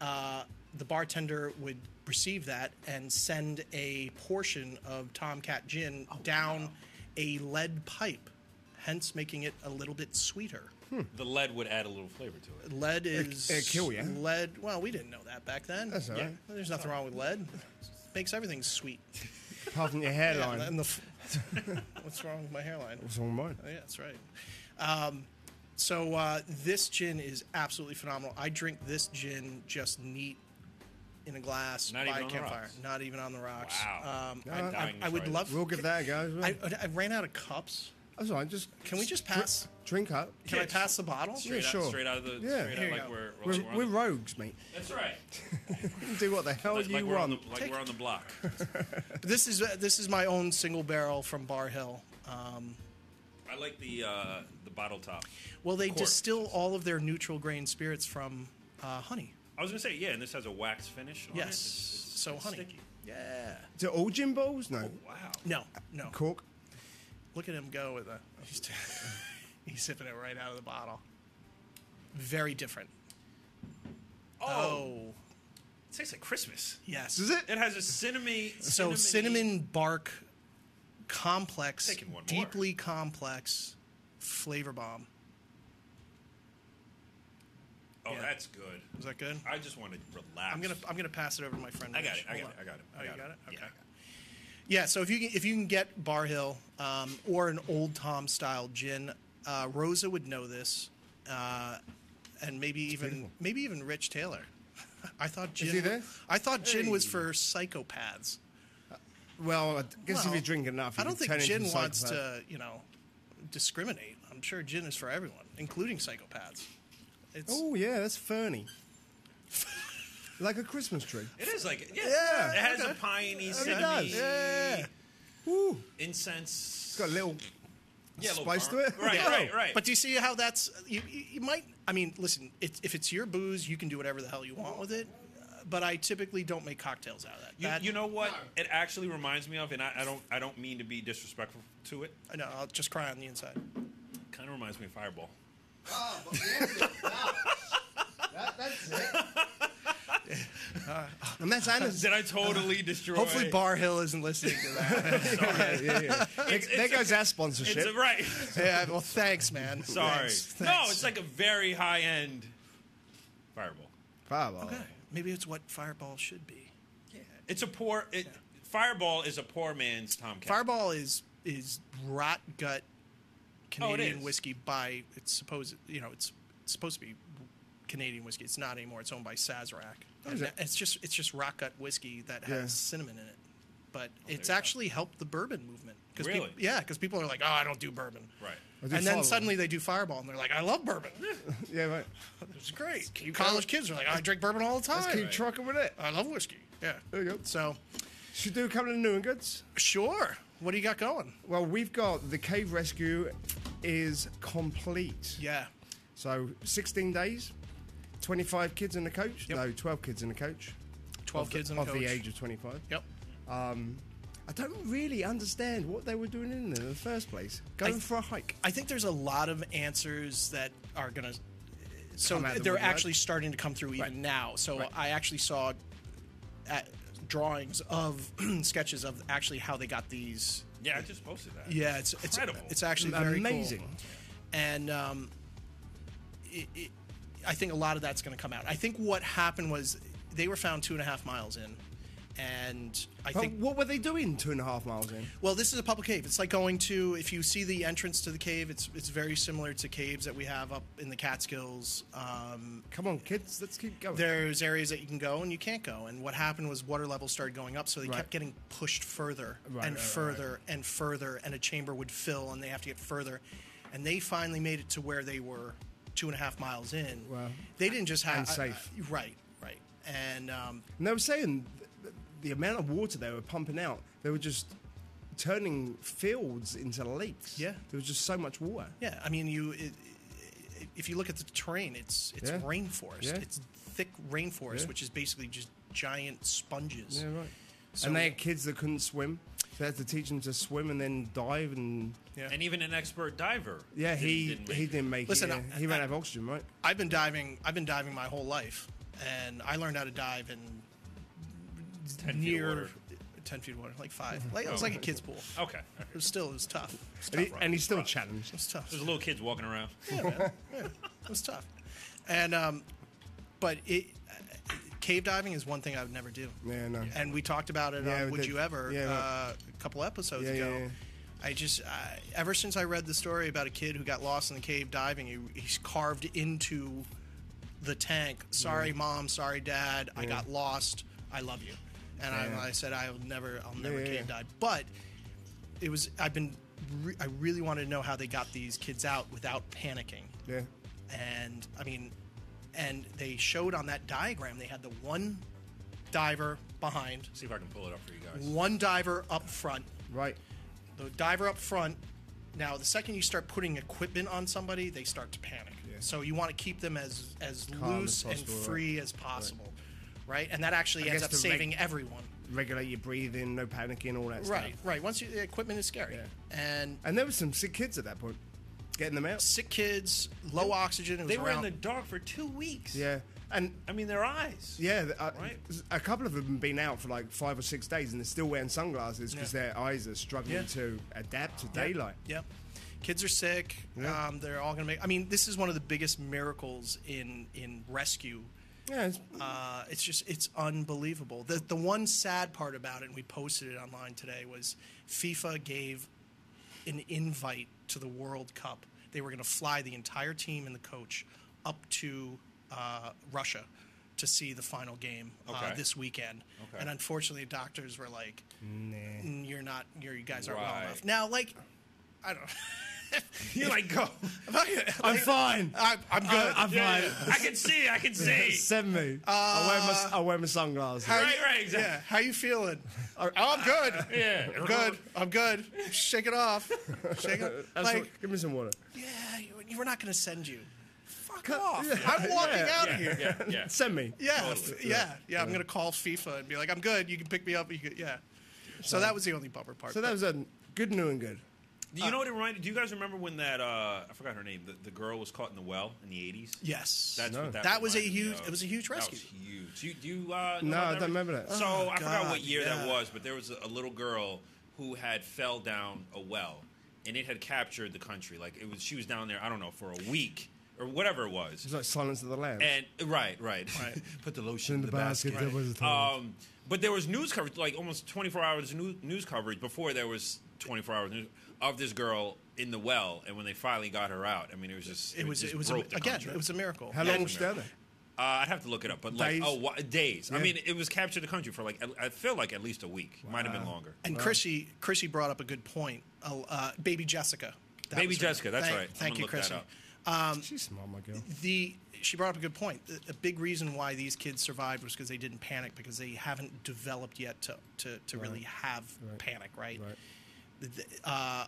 S2: uh, the bartender would receive that and send a portion of Tomcat
S3: Oh,
S2: gin down a lead pipe, hence making it a little bit sweeter.
S3: Hmm.
S4: The lead would add a little flavor to it.
S2: Lead is
S3: it'd kill ya.
S2: Lead. Well, we didn't know that back then.
S3: That's all right.
S2: There's nothing wrong with lead. Makes everything sweet.
S3: Apart from your
S2: Yeah,
S3: hairline.
S2: and the f- what's wrong with my hairline?
S3: What's
S4: Oh,
S3: wrong with mine?
S2: Yeah, that's right. Um, so uh, this gin is absolutely phenomenal. I drink this gin just neat in a glass
S4: Not
S2: by
S4: even
S2: a
S4: on the
S2: campfire,
S4: rocks.
S2: not even on the rocks.
S4: Wow.
S2: Um,
S4: I'm
S2: I- I,
S4: dying to
S2: I would
S4: try
S2: love.
S4: this.
S3: We'll give that a go as well.
S2: I, I ran out of cups.
S3: That's all right. Just
S2: Can we just
S3: dri-
S2: pass-
S3: Drink up.
S2: Can
S4: Yes.
S2: I pass the bottle?
S4: Straight,
S3: sure.
S4: out, straight out of the.
S3: Yeah.
S2: Here
S4: Straight out,
S2: you
S4: like
S2: go.
S3: We're,
S4: we're, we're on
S3: we're
S4: the-
S3: rogues, mate.
S4: That's right.
S3: You can do what the hell
S4: Like,
S3: you
S4: like we're on
S3: want.
S4: the like we're on the block.
S2: This is uh, this is my own single barrel from Bar Hill. Um,
S4: I like the uh, the bottle top.
S2: well, they
S4: Cork.
S2: distill all of their neutral grain spirits from uh, honey.
S4: I was gonna say yeah, and this has a wax finish. On it.
S2: Yes,
S4: It's- it's-
S2: so
S4: it's
S2: honey.
S4: sticky.
S2: Yeah.
S3: Do all gin bowls? No.
S4: Wow.
S2: No, no.
S3: Cork.
S2: Look at him go with a. He's, he's sipping it right out of the bottle. Very different.
S4: Oh,
S2: Oh,
S4: it tastes like Christmas.
S2: yes.
S3: Is it?
S4: It has a cinnamon.
S2: So cinnamon bark, complex,
S4: Taking one more.
S2: deeply complex flavor bomb.
S4: Oh,
S2: yeah.
S4: that's good.
S2: Is that good?
S4: I just want to relax.
S2: I'm gonna I'm gonna pass it over to my friend.
S4: I got
S2: Rich.
S4: it. I
S2: Hold
S4: got it.
S2: on.
S4: I got it.
S2: Oh, you got it. Okay.
S4: Yeah.
S2: Yeah, so if you can, if you can get Bar Hill um, or an Old Tom style gin, uh, Rosa would know this, uh, and maybe even
S3: beautiful.
S2: maybe even Rich Taylor. I thought gin.
S3: he there?
S2: I thought gin was for psychopaths.
S3: Well, I guess if
S2: Well,
S3: you drink enough, you
S2: I don't
S3: can
S2: think
S3: turn into
S2: gin
S3: a
S2: wants
S3: psychopath.
S2: to you know discriminate. I'm sure gin is for everyone, including psychopaths. It's
S3: Oh yeah, that's ferny. like a Christmas tree.
S4: It is like yeah.
S3: Yeah.
S4: It has a piney
S3: It
S4: cinnamon
S3: does. Yeah. Woo.
S4: incense.
S3: It's got a little.
S4: yeah, a little
S3: spice
S4: burn.
S3: to it.
S4: Right.
S3: Yeah.
S4: Right. Right.
S2: But do you see how that's you? You you might. I mean, listen. It, if it's your booze, you can do whatever the hell you want with it. uh, But I typically don't make cocktails out of that.
S4: You,
S2: That-
S4: you know what? It actually reminds me of, and I, I don't I don't mean to be disrespectful to it.
S2: I know. I'll just cry on the inside.
S4: Kind of reminds me of Fireball.
S5: Ah, but yeah, that, that's it.
S3: And that's Anna's.
S4: Did I totally destroy?
S2: Hopefully, Bar Hill isn't listening to that.
S3: yeah, yeah, yeah. There,
S4: It's-
S3: there
S4: it's a-
S3: goes our
S4: It's
S3: sponsorship.
S4: a, right.
S2: yeah. Well, thanks, man.
S4: Sorry.
S2: Thanks,
S4: No,
S2: thanks.
S4: it's like a very high end Fireball.
S3: Fireball.
S2: Okay, Maybe it's what Fireball should be.
S4: It's a poor. It, Fireball is a poor man's Tomcat.
S2: Fireball is is rot gut Canadian
S4: is.
S2: whiskey by it's supposed you know it's, it's supposed to be Canadian whiskey. It's not anymore. It's owned by Sazerac. And
S3: it?
S2: It's just it's just rot gut whiskey that has
S3: Yeah.
S2: cinnamon in it. But it's
S4: you go.
S2: actually helped the bourbon movement. 'Cause
S4: Really?
S2: peop- yeah, because people are like, oh, I don't do bourbon.
S4: Right.
S3: I do
S2: and then
S3: Fireball.
S2: suddenly they do Fireball, and they're like, I love bourbon.
S3: Yeah, right.
S2: It's great. College kids are like, I drink bourbon all the time.
S3: Let's keep trucking with it.
S2: I love whiskey. Yeah.
S3: There you go.
S2: So,
S3: Should do a couple of new and goods.
S2: sure. What do you got going?
S3: Well, we've got the cave rescue is complete.
S2: Yeah.
S3: So 16 days, 25 kids in the coach. No, 12 kids in the coach.
S2: 12
S3: of
S2: kids
S3: the,
S2: and a
S3: of the
S2: coach.
S3: age of 25.
S2: Yep.
S3: I don't really understand what they were doing in there in the first place. Going for a hike.
S2: I think there's a lot of answers that are going to. So
S3: Come out of the
S2: they're
S3: woodwork.
S2: actually starting to come through even now. So I actually saw uh drawings of sketches of actually how they got these.
S4: Yeah, I just posted that.
S2: Yeah, it's it's
S4: Incredible.
S2: it's actually very cool.
S3: Amazing.
S2: and um, it, it, I think a lot of that's going to come out. I think what happened was they were found two and a half miles in, and I
S3: But
S2: think
S3: what were they doing two and a half miles in?
S2: Well, this is a public cave. It's like going to if you see the entrance to the cave, it's it's very similar to caves that we have up in the Catskills. Um,
S3: Come on, kids, let's keep going.
S2: there's areas that you can go and you can't go. And what happened was water levels started going up, so they
S3: Right.
S2: kept getting pushed further
S3: Right,
S2: and
S3: right, right,
S2: further and further, and a chamber would fill, and they have to get further. And they finally made it to where they were two and a half miles in.
S3: Wow.
S2: They didn't just have
S3: And safe.
S2: right, right, and um,
S3: And they were saying th- th- the amount of water they were pumping out, they were just turning fields into lakes.
S2: Yeah.
S3: There was just so much water.
S2: Yeah, I mean, you it, if you look at the terrain, it's it's
S3: Yeah.
S2: rainforest.
S3: Yeah.
S2: It's thick rainforest,
S3: Yeah.
S2: which is basically just giant sponges.
S3: Yeah, right.
S2: So-
S3: and they had kids that couldn't swim. So they had to teach them to swim and then dive and
S2: Yeah.
S4: And even an expert diver.
S3: yeah,
S4: didn't-
S3: he
S4: didn't make
S3: he
S4: it.
S3: didn't make
S2: Listen,
S3: it. yeah.
S2: I-
S3: he ran
S2: I-
S3: out of oxygen, right?
S2: I've been diving. I've been diving my whole life, and I learned how to dive in
S4: Ten feet of
S2: near
S4: water.
S2: ten feet of water, like five. Like it was
S3: Oh.
S2: like a kid's pool.
S4: Okay.
S2: It was still it was tough. It was tough.
S3: And, he,
S2: Rob.
S3: and
S2: it
S3: he's still challenged.
S2: was tough.
S4: There's little kids walking around.
S2: It was tough. And um, but it uh, cave diving is one thing I would never do.
S3: Yeah, no.
S2: And we talked about it
S3: Yeah,
S2: on
S3: we
S2: Would
S3: did.
S2: You Ever
S3: Yeah,
S2: uh,
S3: right.
S2: a couple episodes
S3: Yeah,
S2: ago.
S3: yeah, yeah.
S2: I just I, ever since I read the story about a kid who got lost in the cave diving, he, he's carved into the tank. Sorry, mom. Sorry, dad. I got lost. I love you. And
S3: Yeah.
S2: I, I said I'll never, I'll never
S3: yeah,
S2: cave
S3: yeah.
S2: dive. But it was I've been re- I really wanted to know how they got these kids out without panicking
S3: Yeah.
S2: and I mean, and they showed on that diagram they had the one diver behind,
S4: See if I can pull it up for you guys.
S2: one diver up front.
S3: Right.
S2: The diver up front. Now, the second you start putting equipment on somebody, they start to panic.
S3: Yeah.
S2: So you want to keep them as as
S3: Calm
S2: loose
S3: as possible,
S2: and
S3: right.
S2: free as possible, right? And that actually
S3: I
S2: ends
S3: guess
S2: up
S3: the reg-
S2: saving everyone.
S3: Regulate your breathing, no panicking, all that stuff.
S2: Right, right. Once you, the equipment is scary,
S3: Yeah.
S2: and
S3: And there were some sick kids at that point, getting them out.
S2: sick kids, low oxygen. It was
S4: They were in
S2: around-
S4: the dark for two weeks.
S3: Yeah. And
S4: I mean, their eyes.
S3: yeah, th- uh,
S4: Right.
S3: a couple of them have been out for like five or six days and they're still wearing sunglasses because
S2: Yeah.
S3: their eyes are struggling
S2: Yeah.
S3: to adapt to
S2: Yep.
S3: daylight.
S2: Yep. Kids are sick.
S3: Yeah.
S2: Um, they're all going to make. I mean, this is one of the biggest miracles in in rescue.
S3: Yeah, it's,
S2: Uh, it's just it's unbelievable. The the one sad part about it, and we posted it online today, was FIFA gave an invite to the World Cup. They were going to fly the entire team and the coach up to uh, Russia to see the final game uh,
S4: Okay.
S2: this weekend.
S4: Okay.
S2: And unfortunately, doctors were like, "Mm, "You're not. You're, you guys aren't well
S4: Right.
S2: enough." Now, like, I don't.
S4: You're like, go.
S3: I'm fine.
S2: I'm, I'm good.
S3: I- I'm
S4: Yeah,
S3: fine.
S4: yeah. I can see. I can see.
S3: Send me.
S2: Uh,
S3: I wear my s- I wear my sunglasses.
S4: Right, right, exactly.
S2: Yeah. How you feeling? Oh, I'm good.
S4: Yeah.
S2: I'm good. I'm good. Shake it off. Shake it.
S3: That's
S2: like,
S3: what- give me some water.
S2: yeah, you- you- we're not gonna send you. Fuck
S3: Cut-
S2: off.
S3: yeah.
S2: I'm walking
S3: Yeah.
S2: out
S4: Yeah,
S2: of here.
S4: yeah, yeah.
S3: Send me.
S2: Yeah,
S4: Totally.
S2: f- yeah, yeah. I'm gonna call FIFA and be like, I'm good. You can pick me up. You can, yeah. So that was the only bummer part.
S3: So that was a good new and good.
S4: Do you know what it reminded? Do you guys remember when that uh, I forgot her name? The, the girl was caught in the well in the eighties.
S2: yes.
S4: That's
S3: No.
S4: what that,
S2: That was a
S4: reminded me
S2: huge-
S4: of.
S2: it was a huge
S4: That was
S2: rescue.
S4: huge. Do you, do you, uh, know
S3: No,
S4: about
S3: I don't remember that.
S4: So
S2: Oh,
S4: I forgot
S2: God,
S4: what year that
S2: yeah.
S4: was, but there was a, a little girl who had fell down a well, and it had captured the country. Like it was, she was down there. I don't know for a week or whatever it was.
S3: It's like Silence of the Lambs.
S4: And right, right, right. Put the lotion in, the, basket.
S3: there was a time.
S4: Um, but there was news coverage, like almost 24 hours new, news coverage before there was 24 hours news of this girl in the well. And when they finally got her out, I mean, it was just
S2: it was.
S4: just
S2: It was a,
S4: broke the
S2: again.
S4: country.
S2: It was a miracle.
S3: How long was she
S4: Oh, Yeah.
S3: down there?
S4: Uh, I'd have to look it up, but like
S3: Days?
S4: oh, wha- days. I
S3: Yeah.
S4: mean, it was captured the country for like at- I feel like at least a week. Might have been longer.
S2: And Chrissy, Chrissy brought up a good point. Uh, uh, Baby Jessica. That
S4: Baby
S2: was her-
S4: Jessica, that's
S2: thank,
S4: right. I'm
S2: Thank
S4: gonna
S2: you,
S4: look that
S2: Chrissy.
S4: up.
S2: Um,
S3: She's smart, my girl.
S2: the she brought up a good point. A- A big reason why these kids survived was because they didn't panic because they haven't developed yet to to, to really have panic, right?
S3: Right.
S2: Th- th- Uh,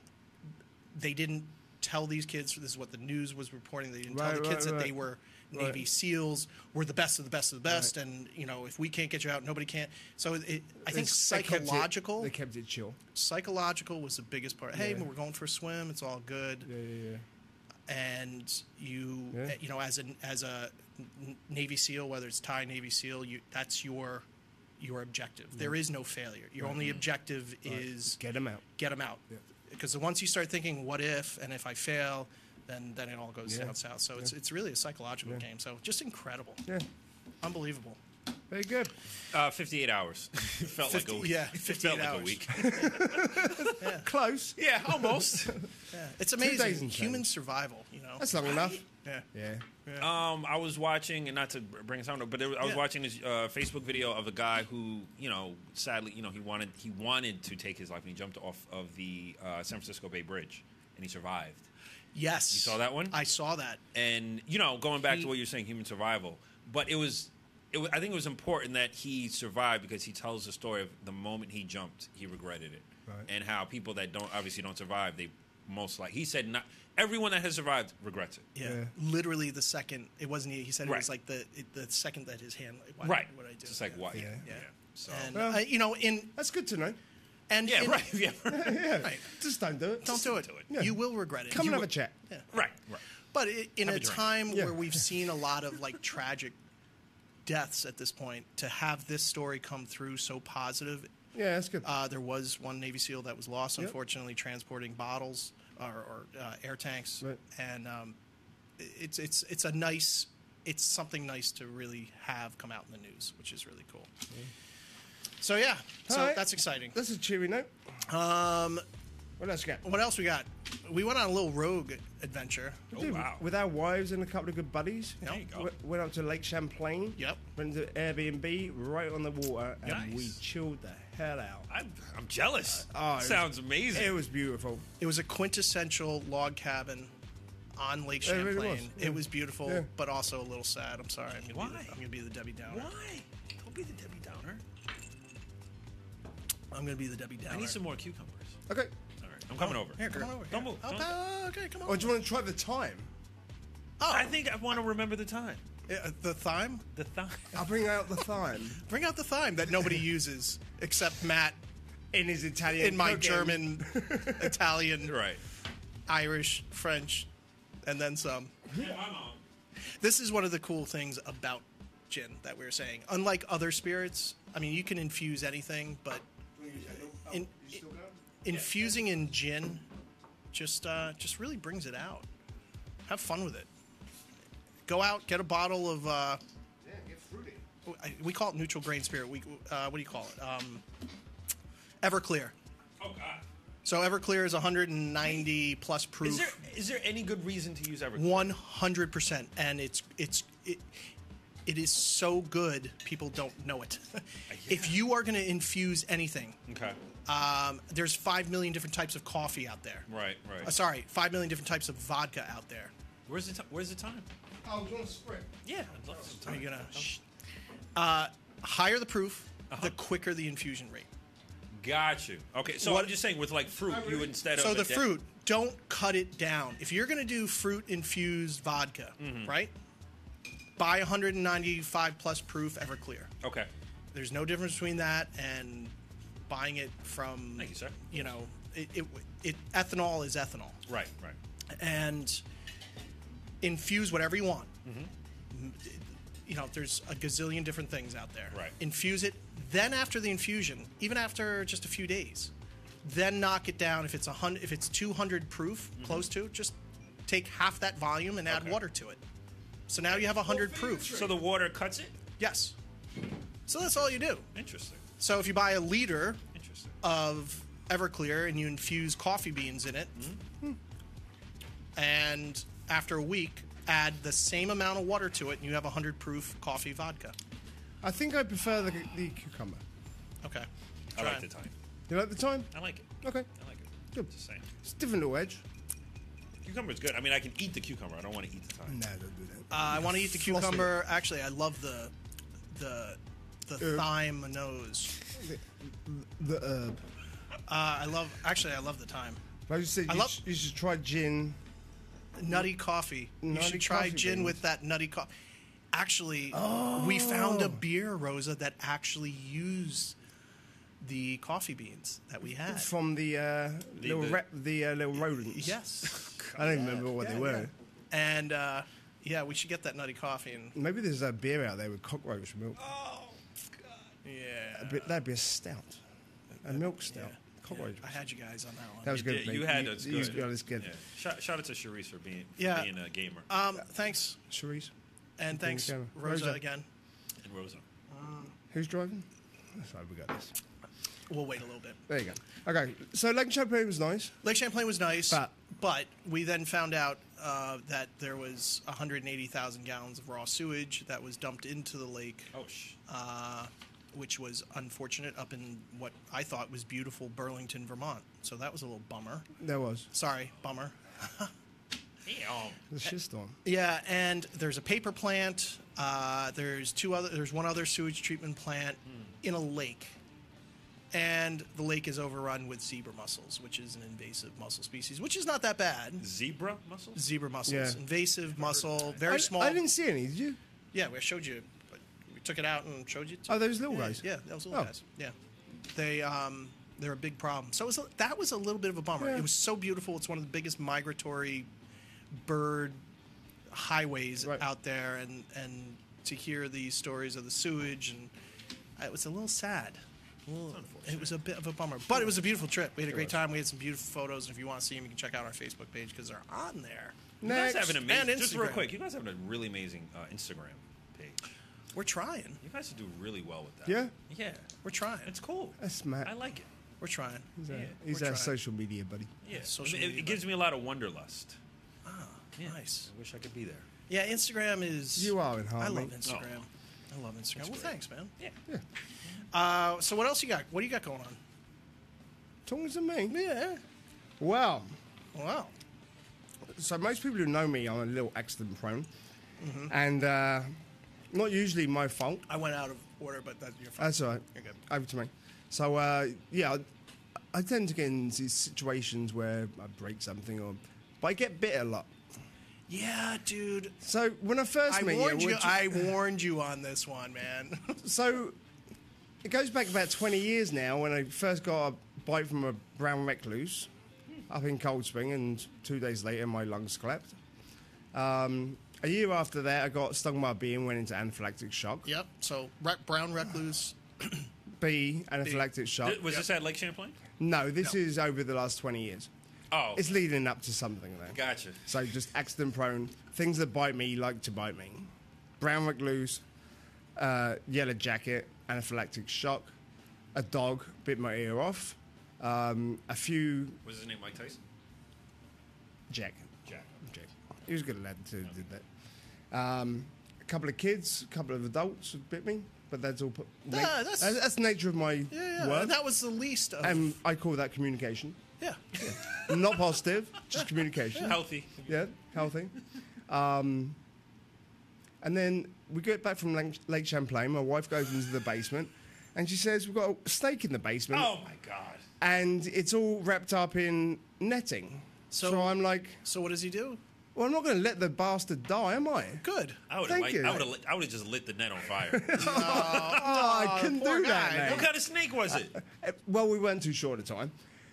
S2: they didn't tell these kids. This is what the news was reporting. They didn't
S3: Right,
S2: tell the
S3: right,
S2: kids that
S3: right.
S2: they were
S3: Right.
S2: Navy SEALs. We're the best of the best of the best, and you know if we can't get you out, nobody can. So it, it, I think
S3: They kept it-
S2: psychological
S3: They kept it chill.
S2: psychological was the biggest part. Hey,
S3: Yeah.
S2: we're going for a swim. It's all good
S3: Yeah, yeah, yeah.
S2: and you
S3: Yeah.
S2: you know as a as a n- Navy SEAL, whether it's Thai Navy SEAL, you that's your your objective. There is no failure. Your only objective is
S3: Mm-hmm. Get them out.
S2: get them out. Because once you start thinking, "What if?" and "If I fail," then then it all goes
S3: Yeah.
S2: down south. So it's it's really a psychological game. So just incredible,
S3: Yeah.
S2: unbelievable.
S3: Very good.
S4: Uh, 58 hours. It felt like a
S2: 50
S4: week.
S2: yeah,
S4: It
S2: 58
S4: felt like
S2: hours.
S4: a week.
S3: Close.
S4: yeah, almost.
S2: It's
S3: days
S2: amazing
S3: and
S2: human
S3: change.
S2: survival. You know,
S3: That's long enough.
S2: yeah.
S3: Yeah.
S4: Um, I was watching, and not to br- bring us down, but there, I was
S2: Yeah.
S4: watching this uh, Facebook video of a guy who, you know, sadly, you know, he wanted he wanted to take his life, and he jumped off of the uh, San Francisco Bay Bridge, and he survived.
S2: Yes, you
S4: saw that one?
S2: I saw that.
S4: And you know, going back to what you're saying, human survival, but it was, it was, I think it was important that he survived because he tells the story of the moment he jumped, he regretted it.
S3: Right.
S4: and how people that don't obviously don't survive, they most like he said not everyone that has survived regrets it.
S2: Yeah.
S3: Yeah.
S2: Literally the second it wasn't. He, he said it was
S4: Right.
S2: like the it, the second that his hand. Like, why,
S4: Right.
S2: What I do.
S4: It's just like why?
S3: Yeah.
S4: yeah. So
S2: And
S3: Well-
S2: uh, you know, in
S3: That's good to know.
S2: and
S4: yeah,
S2: in-
S4: right. Yeah, right.
S3: Yeah,
S2: Right.
S3: just don't do it.
S2: Don't do it.
S4: do it.
S3: Yeah.
S2: You will regret it.
S3: Come
S2: You
S3: and have
S2: will-
S3: a chat.
S2: Yeah.
S4: right. Right.
S2: But i in
S4: Have
S2: a,
S4: a drink.
S2: time
S3: Yeah.
S2: where we've seen a lot of like tragic deaths at this point, to have this story come through so positive,
S3: Yeah, that's good.
S2: uh, there was one Navy SEAL that was lost,
S3: Yep.
S2: unfortunately, transporting bottles or, or uh, air tanks,
S3: Right.
S2: and um, i- it's it's it's a nice. It's something nice to really have come out in the news, which is really cool. So yeah, so
S3: Alright.
S2: that's exciting.
S3: That's a cheery note.
S2: Um,
S3: What else you got?
S2: what else we got? We went on a little rogue adventure.
S4: Oh,
S3: Dude,
S4: wow.
S3: With our wives and a couple of good buddies.
S2: There you
S4: go.
S3: W- Went up to Lake Champlain.
S2: Yep.
S3: Went to Airbnb right on the water and
S4: Nice.
S3: we chilled the hell out.
S4: I'm, I'm jealous.
S2: Uh,
S3: Oh, it was-
S4: Sounds amazing.
S3: It was beautiful.
S2: It was a quintessential log cabin on Lake
S3: It really
S2: Champlain. It,
S3: was, yeah.
S2: was beautiful,
S3: Yeah.
S2: but also a little sad. I'm sorry. I'm gonna Be
S4: Why?
S2: the, I'm gonna be the Debbie Downer.
S4: Why? Don't be the Debbie Downer.
S2: I'm gonna be the Debbie Downer.
S4: I need some more cucumbers.
S3: Okay.
S4: All right, I'm coming over.
S2: Oh, Here, come on over. Here.
S4: Don't move.
S2: Oh,
S4: Don't-
S2: pa- okay, come on.
S3: Oh, do you want to try the time?
S2: Oh,
S4: I think I want to remember the time.
S2: uh, the thyme.
S4: The time.
S3: I'll bring out the time
S2: Bring out the thyme that nobody uses except Matt
S3: in his Italian.
S2: in my
S3: cooking.
S2: German, Italian,
S4: Right.
S2: Irish, French, and then some. This is one of the cool things about gin that we were saying. Unlike other spirits, I mean, you can infuse anything, but in, infusing in gin just uh, just really brings it out. Have fun with it. Go out, get a bottle of uh, oh,
S5: Yeah, get fruity.
S2: I- we call it neutral grain spirit. We uh, what do you call it? Um, Everclear.
S4: Oh God.
S2: So Everclear is 190 plus proof.
S4: Is there is there any good reason to use Everclear?
S2: One hundred percent, and it's it's it, it is so good people don't know it. If you are going to infuse anything,
S4: Okay.
S2: um, there's five million different types of coffee out there.
S4: Mm. Right. Right.
S2: Uh, sorry, five million different types of vodka out there.
S4: Where's the time? Where's the time?
S5: Oh, do you want a spray?
S4: Yeah. I'd love
S2: Are
S4: some time.
S2: you gonna? Uh, higher the proof,
S4: Uh-huh.
S2: the quicker the infusion rate.
S4: Got you. Okay. So
S2: What-
S4: I'm just saying, with like fruit, you would instead
S2: So
S4: of
S2: the
S4: a de-
S2: fruit, don't cut it down. If you're going to do fruit infused vodka,
S4: Mm-hmm.
S2: right? Buy 195 plus proof Everclear.
S4: Okay.
S2: There's no difference between that and buying it from.
S4: Thank you, sir.
S2: You know, it, it, it ethanol is ethanol,
S4: Right. Right.
S2: and infuse whatever you want.
S4: Mm-hmm.
S2: You know, there's a gazillion different things out there.
S4: Right.
S2: Infuse it. Then after the infusion, even after just a few days, then knock it down. If it's a hundred, if it's 200 proof, close to, just take half that volume and add
S4: Mm-hmm. Okay.
S2: water to it. So now you have 100
S5: favorite
S2: proof.
S4: So the water cuts it.
S2: Yes. So that's all you do.
S4: Interesting.
S2: So if you buy a liter
S4: Interesting.
S2: Uh, of Everclear and you infuse coffee beans in it, and after a week, add the same amount of water to it, and you have 100 proof coffee vodka.
S3: I think I prefer the, the cucumber.
S2: Okay.
S4: I
S2: Try
S4: like
S2: it.
S4: the time.
S3: You like the time?
S4: I like it.
S3: Okay.
S4: I like it.
S3: Good.
S4: Just saying.
S3: It's different to wedge.
S4: Cucumber's good. I mean, I can eat the cucumber. I don't want to eat the time.
S3: No, don't do that.
S2: Uh, I want to eat the
S3: Fluffy.
S2: cucumber. Actually, I love the the the
S3: Herb.
S2: thyme nose.
S3: the herb.
S2: Uh, I love. Actually, I love the thyme.
S3: Like you said,
S2: I
S3: you,
S2: love-
S3: sh- you should try gin.
S2: Nutty coffee. you
S3: Nutty
S2: should try
S3: coffee
S2: gin
S3: beans.
S2: with that nutty coffee. Actually, we found
S3: Oh.
S2: a beer, Rosa, that actually used the coffee beans that we had.
S3: from the uh, little
S4: the-
S3: rep, the uh, little rodents.
S2: Yes.
S3: I don't even remember what they were.
S2: and uh, yeah, we should get that nutty coffee and
S3: Maybe there's a beer out there with cockroach milk.
S2: Oh, yeah.
S3: That'd be- that'd be a stout, a milk stout, cockroach.
S2: I had you guys on that one.
S3: That was good.
S4: Yeah, you
S3: mate.
S4: had
S3: you,
S4: it's
S3: you-
S4: good.
S3: yeah, it's good.
S4: Yeah. Shout, shout out to Sharice for being for
S2: Yeah.
S4: being a gamer
S2: um, thanks
S3: Cherise,
S2: and thanks,
S3: Rosa.
S2: Rosa, again.
S4: and Rosa.
S3: who's driving? That's right, we got this.
S2: We'll wait a little bit.
S3: There you go. Okay, so Lake Champlain was nice.
S2: Lake Champlain was nice,
S3: But-
S2: but we then found out uh, that there was 180,000 gallons of raw sewage that was dumped into the lake,
S4: Oh sh.
S2: uh, which was unfortunate up in what I thought was beautiful Burlington, Vermont. So that was a little bummer.
S3: There was
S2: Sorry, bummer.
S4: Damn.
S3: the shitstorm.
S2: Yeah, and there's a paper plant.
S3: Hmm.
S2: Uh, there's two other. There's one other sewage treatment plant in a lake. and the lake is overrun with zebra mussels, which is an invasive mussel species, which is not that bad.
S4: Zebra mussels?
S2: Zebra mussels,
S3: Yeah.
S2: invasive mussel, very
S3: I,
S2: small.
S3: I didn't see any. Did you?
S2: Yeah, I showed you. We took it out and showed you. to-
S3: Oh, those little
S2: yeah,
S3: guys?
S2: Yeah, those little
S3: Oh.
S2: guys. Yeah, they um, they're a big problem. So it was a, that was a little bit of a bummer.
S3: Yeah.
S2: It was so beautiful. It's one of the biggest migratory bird highways
S3: Right.
S2: out there, and and to hear these stories of the sewage and uh, it was a little sad. A little- It was a bit of a bummer, but it was a beautiful trip. We had a great time. We had some beautiful photos, and if you want to see them, you can check out our Facebook page because they're on there.
S4: You guys have an
S2: And
S4: amazing. Just real
S2: Instagram.
S4: quick, you guys have a really amazing uh, Instagram page.
S2: We're trying.
S4: You guys do really well with that.
S3: Yeah?
S4: Yeah.
S2: We're trying.
S4: It's cool.
S3: That's mad.
S4: I like it.
S2: We're trying.
S3: He's, our-
S4: Yeah,
S3: he's
S2: we're
S3: our
S2: trying.
S3: social media buddy.
S4: Yeah.
S2: Social
S4: it,
S2: media,
S4: it gives me a lot of wanderlust. Yeah.
S2: Nice.
S4: I wish I could be there.
S2: Yeah, Instagram is.
S3: You are in
S2: I
S3: harmony.
S2: love Instagram. I love Instagram. Oh. well,
S4: great.
S2: thanks, man.
S4: Yeah.
S2: Uh, so what else you got? What do you got going on?
S3: Talking to me.
S2: Yeah.
S3: Well,
S2: Wow.
S3: so most people who know me, I'm a little accident prone,
S2: Mm-hmm.
S3: and uh, not usually my fault.
S2: I went out of order, but that's your fault.
S3: That's all right.
S2: You're good.
S3: Over to me. So uh, yeah, I, I tend to get in these situations where I break something, or but I get bit a lot.
S2: Yeah, dude.
S3: So when I first
S2: I
S3: met
S2: warned
S3: you,
S2: you.
S3: which-
S2: I warned you on this one, man.
S3: so it goes back about 20 years now when I first got a bite from a brown recluse up in Cold Spring, and two days later my lungs collapsed. Um, a year after that, I got stung by a bee and went into anaphylactic shock.
S2: yep. So re- brown recluse.
S3: Bee, anaphylactic shock.
S4: Th- was this at Lake Champlain?
S3: no, this
S2: No.
S3: is over the last 20 years.
S4: Oh.
S3: It's leading up to something there.
S4: Gotcha.
S3: So just accident prone. Things that bite me like to bite me. Brown recluse, uh, yellow jacket, anaphylactic shock, a dog bit my ear off, um, a few
S4: Was his name Mike Tyson?
S3: Jack.
S4: Jack.
S3: Jack. He was a good lad who did that. Um, a couple of kids, a couple of adults who bit me, but that's all. Put,
S2: Nah, Ah, that's-
S3: that's, the nature of my
S2: Yeah, yeah.
S3: work.
S2: And that was the least of.
S3: and I call that communication.
S2: yeah.
S3: Not positive, just communication.
S4: Healthy.
S3: Yeah, healthy. Um, and then we get back from Lake- Lake Champlain. My wife goes into the basement, and she says, "We've got a snake in the basement,
S4: Oh my God.
S3: and it's all wrapped up in netting." So,
S2: So-
S3: I'm like,
S2: So what does he do?
S3: "Well, I'm not going to let the bastard die, am I?"
S2: Good.
S4: I would have
S3: Thank
S4: liked,
S3: you.
S4: I would have. I would have just lit the net on fire.
S3: Oh, I couldn't
S2: poor
S3: do that.
S2: guy.
S3: mate.
S4: what kind of snake was it?
S3: Uh, Well, we weren't too short a time.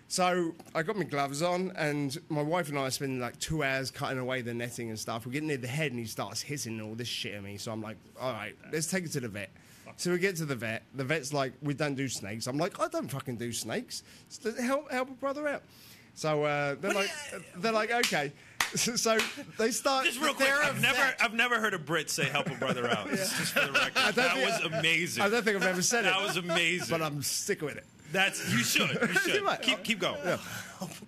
S3: So I got my gloves on, and my wife and I spend like two hours cutting away the netting and stuff. We get near the head, and he starts hissing all this shit at me. So I'm like, all right, let's take it to the vet. So we get to the vet. The vet's like, we don't do snakes. I'm like, I don't fucking do snakes. So help, help a brother out. So uh,
S2: What
S3: they're like,
S2: do you-
S3: they're like, okay. So they start.
S4: Just real quick,
S3: they're a
S4: I've never,
S3: vet.
S4: I've never heard a Brit say "help a brother out." Just for the record, that
S3: think-
S4: was amazing.
S3: I don't think I've ever said it,
S4: that was amazing.
S3: but I'm sick with it.
S4: That's you should. You should
S3: Right.
S4: keep keep going.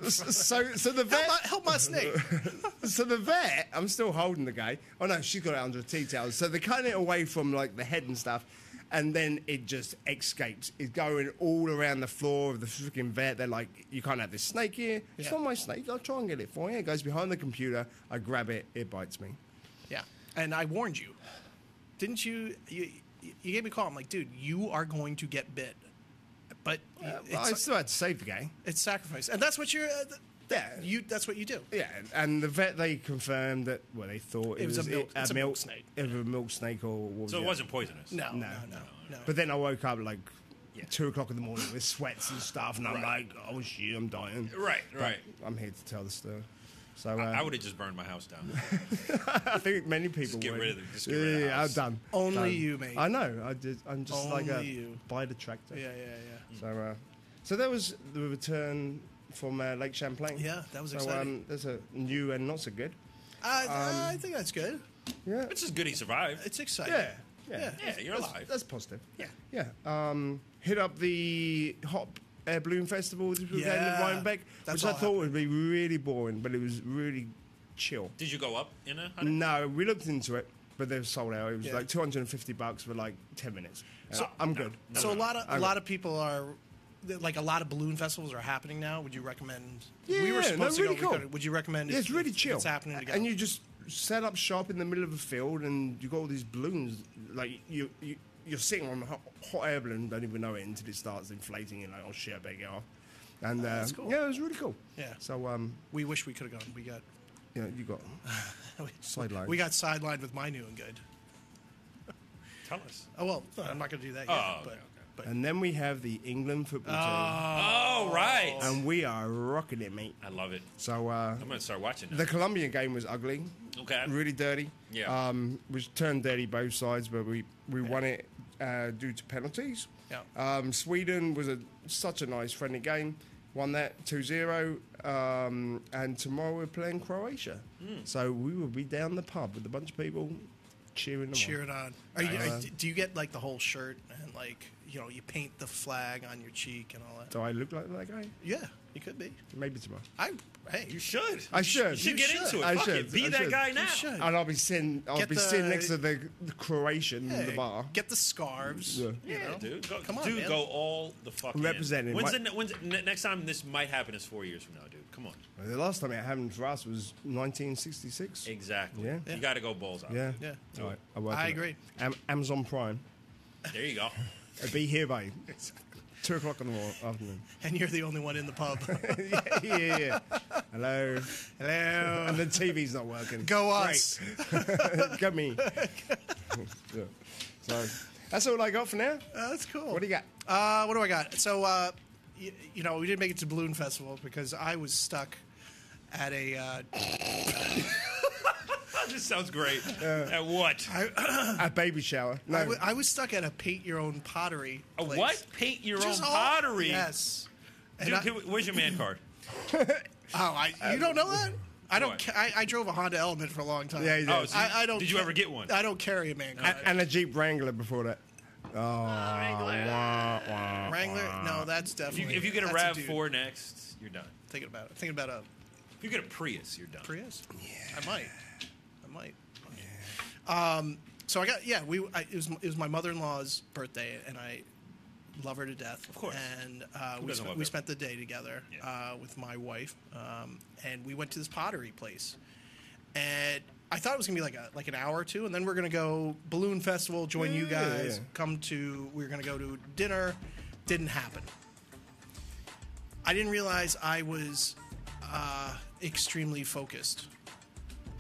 S3: So, so the vet.
S2: Help my, help my snake.
S3: So the vet, I'm still holding the guy. Oh no, she's got it under a tea towel. So they're cutting it away from like the head and stuff, and then it just escapes. It's going all around the floor of the freaking vet. They're like, "You can't have this snake here. It's
S2: Yeah.
S3: not my snake. I'll try and get it for you." It goes behind the computer. I grab it. It bites me.
S2: Yeah, and I warned you. Didn't you? You, you gave me a call. I'm like, dude, you are going to get bit. But
S3: I
S2: it's,
S3: still had to save the guy.
S2: it's sacrifice, and that's what you're. Uh, th-
S3: Yeah.
S2: you. That's what you do.
S3: Yeah, and the vet they confirmed that. Well, they thought it,
S2: It was a milk- it's a milk snake.
S3: It was a milk snake or what was
S4: So it wasn't poisonous.
S2: No, no,
S3: No.
S2: no, no.
S3: But then I woke up like two o'clock in the morning with sweats and stuff, and I'm like, oh shit, I'm dying.
S4: Right,
S3: But
S4: right.
S3: I'm here to tell the story. So uh,
S4: I
S3: I,
S4: would have just burned my house down.
S3: think many people
S4: get
S3: would.
S4: rid of it, just get rid of the
S3: yeah,
S4: house.
S3: I'm done.
S2: Only
S3: Done.
S2: you, mate.
S3: I know. I did, I'm just like a
S2: Only you.
S3: by the tractor.
S2: yeah, yeah, yeah.
S3: So, uh, so that was the return from uh, Lake Champlain.
S2: Yeah, that was
S3: so,
S2: exciting.
S3: Um, that's a new and not so good.
S2: I, I think that's good.
S3: Yeah.
S4: It's just good he survived.
S2: It's exciting.
S3: Um, Yeah. Yeah.
S4: Yeah, you're
S3: that's,
S4: alive.
S3: That's positive.
S4: Yeah.
S3: Yeah. Um, hit up the Hop Air Balloon Festival this weekend
S2: Yeah.
S3: in Rhinebeck,
S2: That's
S3: which I
S2: all
S3: thought would be really boring, but it was really chill.
S4: Did you go up in a? hundred?
S3: No, we looked into it, but they were sold out. It was
S2: Yeah.
S3: like 250 bucks for like 10 minutes. So
S2: So-
S3: I'm good.
S2: So a lot of a lot of people are like a lot of balloon festivals are happening now. Would you recommend? we
S3: Yeah, no,
S2: were supposed to
S3: really
S2: go.
S3: cool.
S2: we couldn't. Would you recommend?
S3: Yeah,
S2: if-
S3: it's really
S2: if
S3: chill.
S2: It's happening together.
S3: And you just set up shop in the middle of a field, and you got all these balloons. Like you, you, you're sitting on a hot, hot air balloon, don't even know it until it starts inflating. You're like, oh shit, I better get off. And uh,
S2: that's cool.
S3: yeah, it was really cool.
S2: Yeah.
S3: So um,
S2: We wish we could have gone. We got
S3: you know, you got sidelined.
S2: we got sidelined with my new and good.
S3: Mm.
S4: Tell us.
S2: Oh well, I'm not going to do that yet.
S4: Oh,
S2: but
S4: okay, okay.
S2: but
S3: And then we have the England football
S4: Oh, right.
S3: team, and we are rocking it, mate.
S4: I love it.
S3: So uh,
S4: I'm gonna start watching
S3: the
S4: that.
S3: Colombian game was ugly.
S4: Okay.
S3: Really dirty.
S4: Yeah.
S3: Um, was turned dirty both sides, but we we won it uh, due to penalties.
S2: Yeah.
S3: Um, Sweden was a such a nice friendly game. Won that 2-0, um, and tomorrow we're playing Croatia. So we will be down the pub with a bunch of people cheering them on.
S2: cheer it on. Are you,
S3: Uh,
S2: are, do you get like the whole shirt and like you know you paint the flag on your cheek and all that?
S3: Do I look like that guy?
S2: Yeah, you could be.
S3: Maybe tomorrow.
S2: I hey,
S4: You should.
S3: I
S4: You
S3: should.
S4: You should
S3: You
S4: get
S3: should.
S4: into it.
S3: I
S4: Fuck
S3: should.
S4: it. Be
S3: I
S4: that
S3: should.
S4: guy
S3: You
S4: now.
S2: should.
S3: And I'll be sitting. I'll
S2: Get
S3: be
S2: the-
S3: sitting next to the, the Croatian in
S2: hey,
S3: the bar.
S2: get the scarves.
S3: Yeah.
S2: you
S4: Yeah,
S2: know?
S4: dude. Go,
S2: Come on,
S4: dude,
S2: man.
S4: go all the fuck. in.
S3: Representing.
S4: When's
S3: My-
S4: the, ne- when's ne- next time this might happen is four years from now, dude. Come on.
S3: The last time it happened for us was 1966.
S4: Exactly.
S3: Yeah.
S4: You got to go balls out.
S3: Yeah.
S2: Yeah.
S3: All right. I'll work
S2: I
S3: on it.
S2: agree.
S3: Am- Amazon Prime.
S4: There you go.
S3: It'll be here by two o'clock in the wa- afternoon.
S2: And you're the only one in the pub.
S3: yeah, yeah, yeah. Hello.
S2: Hello.
S3: And the TV's not working.
S2: Go us.
S3: Get me. Yeah. So that's all I got for now.
S2: Uh, that's cool.
S3: What do you got?
S2: Uh, what do I got? So, uh, you, you know, we didn't make it to Balloon Festival because I was stuck at a. Uh,
S4: this sounds great. At what?
S3: A baby shower. No.
S2: Uh, I, w- I was stuck at a paint your own pottery.
S4: A
S2: place.
S4: what? Paint your
S2: Just
S4: own
S2: all-
S4: pottery.
S2: Yes.
S4: Dude,
S2: And I-
S4: can we- where's your man card?
S2: Oh, I, you don't know that? I don't.
S4: What?
S2: Ca- I, I drove a Honda Element for a long time.
S3: Yeah, you did.
S4: Oh, so you-
S2: I, I don't.
S4: Did you
S2: ca-
S4: ever get one? Uh,
S2: I don't carry a man. card.
S3: A- and a Jeep Wrangler before that.
S2: Wrangler? No, that's
S4: uh, If you,
S2: definitely.
S4: if you get a
S2: that's
S4: Rav
S2: dude.
S4: Four next, you're done.
S2: thinking about it. Thinking about a
S4: If you get a Prius, you're done.
S2: Prius. I might. I might. Um. So I got yeah. We I, it was it was my mother in law's birthday and I love her to death. Of
S4: course.
S2: And uh, we
S4: doesn't
S2: spent,
S4: love
S2: we
S4: her?
S2: spent the day together
S4: Yeah.
S2: uh, with my wife, um, and we went to this pottery place, and. I thought it was gonna be like a like an hour or two, and then we're gonna go balloon festival, join you
S3: Yeah, yeah,
S2: guys,
S3: yeah.
S2: come to. We are gonna go to dinner. Didn't happen. I didn't realize I was uh, extremely focused.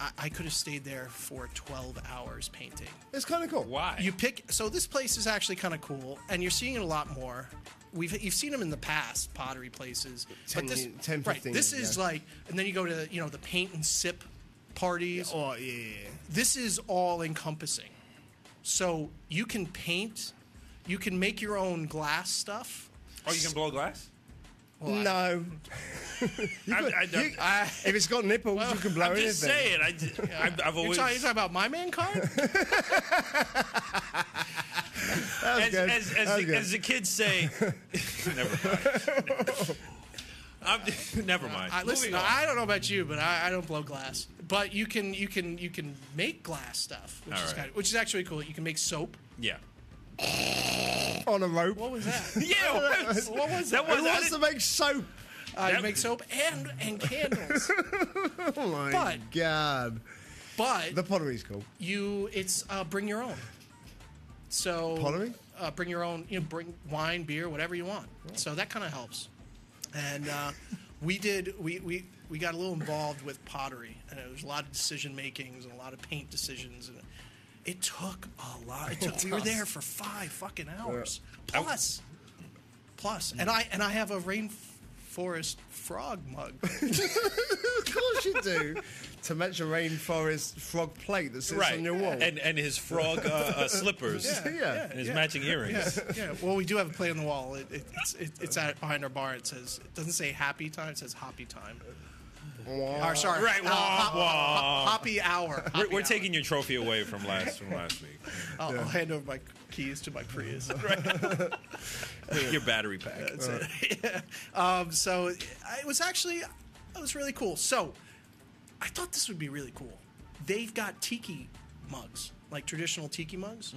S2: I, I could have stayed there for 12 hours painting.
S3: It's kind of cool.
S4: Why?
S2: You pick, so this place is actually kind of cool, and you're seeing it a lot more. We've you've seen them in the past, pottery places,
S3: 10
S2: but this
S3: year- 10,
S2: right,
S3: 15
S2: this
S3: years
S2: is
S3: ago.
S2: like, and then you go to you know the paint and sip parties.
S3: Oh yeah, yeah, yeah.
S2: This is all encompassing, so you can paint, you can make your own glass stuff.
S4: oh, you can blow glass?
S2: I-
S3: no. You
S4: I-
S3: could-
S4: I don't-
S3: you- uh, if it's got nipples, you can blow
S4: I'm
S3: anything.
S4: just saying. I, d- I've, I've
S2: You're
S4: always.
S2: talking, you're talking about my man card?
S4: as,
S3: good.
S4: as, as,
S3: That was
S4: the,
S3: good.
S4: as the kids say, never mind. I'm, never mind.
S2: I, listen,
S4: Moving on.
S2: I don't know about you, but I, I don't blow glass. But you can you can you can make glass stuff, which
S4: All
S2: is
S4: right.
S2: kind of, which is actually cool. You can make soap.
S4: yeah.
S3: on a rope.
S2: What was that?
S4: Yeah, what was, what was that? Was,
S3: Who
S4: I
S3: wants to
S4: didn't-
S3: make soap?
S2: I
S4: That-
S2: make soap and and candles.
S3: Oh my
S2: But-
S3: god.
S2: but
S3: The pottery's cool.
S2: you, it's uh, bring your own. So
S3: Pottery?
S2: uh, bring your own. You know, bring wine, beer, whatever you want. So that kind of helps. And uh, we did. We, we we got a little involved with pottery, and it was a lot of decision makings and a lot of paint decisions, and it took a lot. It took. we were there for five fucking hours plus. Plus, and I and I have a rainforest frog mug.
S3: of course you do. to match a rainforest frog plate that sits
S4: right
S3: on your wall.
S4: and and his frog uh, uh, slippers
S3: yeah.
S2: yeah.
S4: and his matching earrings.
S2: yeah, well, we do have a plate on the wall. It, it, it's it, it's at, behind our bar. It says it doesn't say happy time. It says hoppy time.
S3: Wow.
S2: Or sorry,
S4: Right,
S2: uh,
S4: wah,
S3: Oh,
S2: hop-
S4: wah.
S2: hop- hoppy hour. Oh,
S4: We're, we're taking your trophy away from last from last week.
S2: I'll, I'll hand over my keys to my Prius.
S4: Your battery pack.
S2: Um, so I- it was actually it was really cool. So I thought this would be really cool. They've got tiki mugs, like traditional tiki mugs.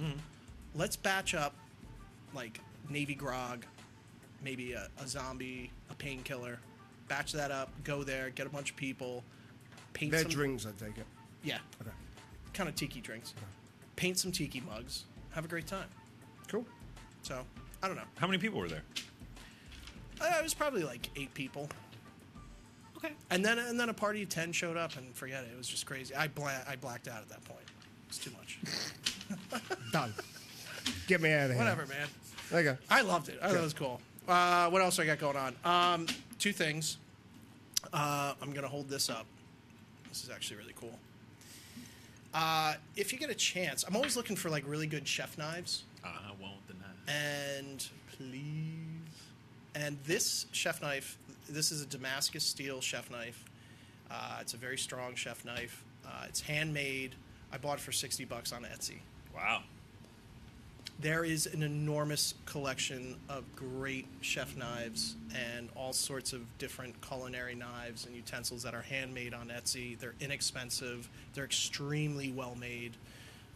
S2: Let's batch up like navy grog, maybe a, a zombie, a painkiller. Batch that up. Go there. Get a bunch of people. Paint
S3: Their
S2: some,
S3: drinks, I take it.
S2: Yeah, kind of tiki drinks. Paint some tiki mugs. Have a great time.
S3: Cool.
S2: So I don't know.
S4: How many people were there?
S2: Uh, it was probably like eight people.
S4: Okay.
S2: And then and then a party of ten showed up, and forget it. It was just crazy. I bla- I blacked out at that point. It's too much.
S3: Done. Get me out of here.
S2: Whatever, man.
S3: There you go.
S2: I loved it. I thought it was cool. Uh, what else I got going on? Um, two things. Uh, I'm gonna hold this up. This is actually really cool. Uh, if you get a chance, I'm always looking for like really good chef knives.
S4: Uh, I won't deny.
S2: and please and this chef knife this is a damascus steel chef knife uh, it's a very strong chef knife uh, it's handmade i bought it for 60 bucks on etsy
S4: Wow.
S2: there is an enormous collection of great chef knives and all sorts of different culinary knives and utensils that are handmade on Etsy. They're inexpensive, they're extremely well made,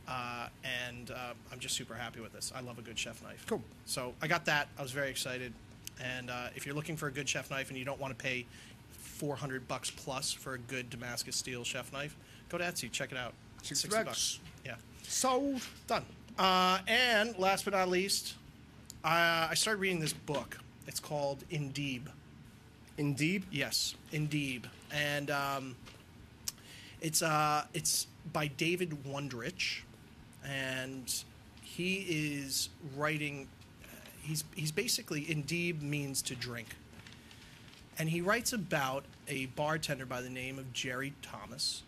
S2: uh, and uh, I'm just super happy with this. I love a good chef knife.
S3: Cool.
S2: So I got that. I was very excited. And uh, if you're looking for a good chef knife and you don't want to pay 400 bucks plus for a good Damascus steel chef knife, go to Etsy, check it out.
S3: 60 bucks.
S2: Yeah.
S3: Sold.
S2: Done. Uh, and last but not least, uh, I started reading this book. It's called Indeeb.
S3: Indeed.
S2: Yes, Indeeb, and um, it's uh, it's by David Wondrich, and he is writing. Uh, he's he's basically Indeeb means to drink, and he writes about a bartender by the name of Jerry Thomas.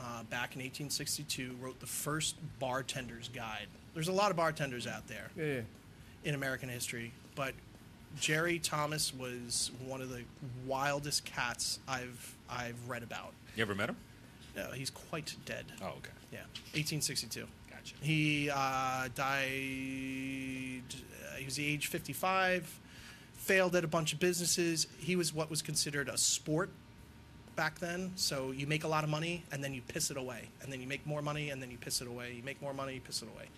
S2: Uh, back in 1862, wrote the first bartender's guide. There's a lot of bartenders out there
S3: Yeah. yeah.
S2: in American history, but Jerry Thomas was one of the wildest cats I've I've read about.
S4: You ever met him?
S2: No, he's quite dead.
S4: Oh, okay.
S2: Yeah, 1862.
S4: Gotcha.
S2: He uh, died. Uh, he was the age 55. Failed at a bunch of businesses. He was what was considered a sport back then. So you make a lot of money and then you piss it away, and then you make more money and then you piss it away. You make more money, you piss it away.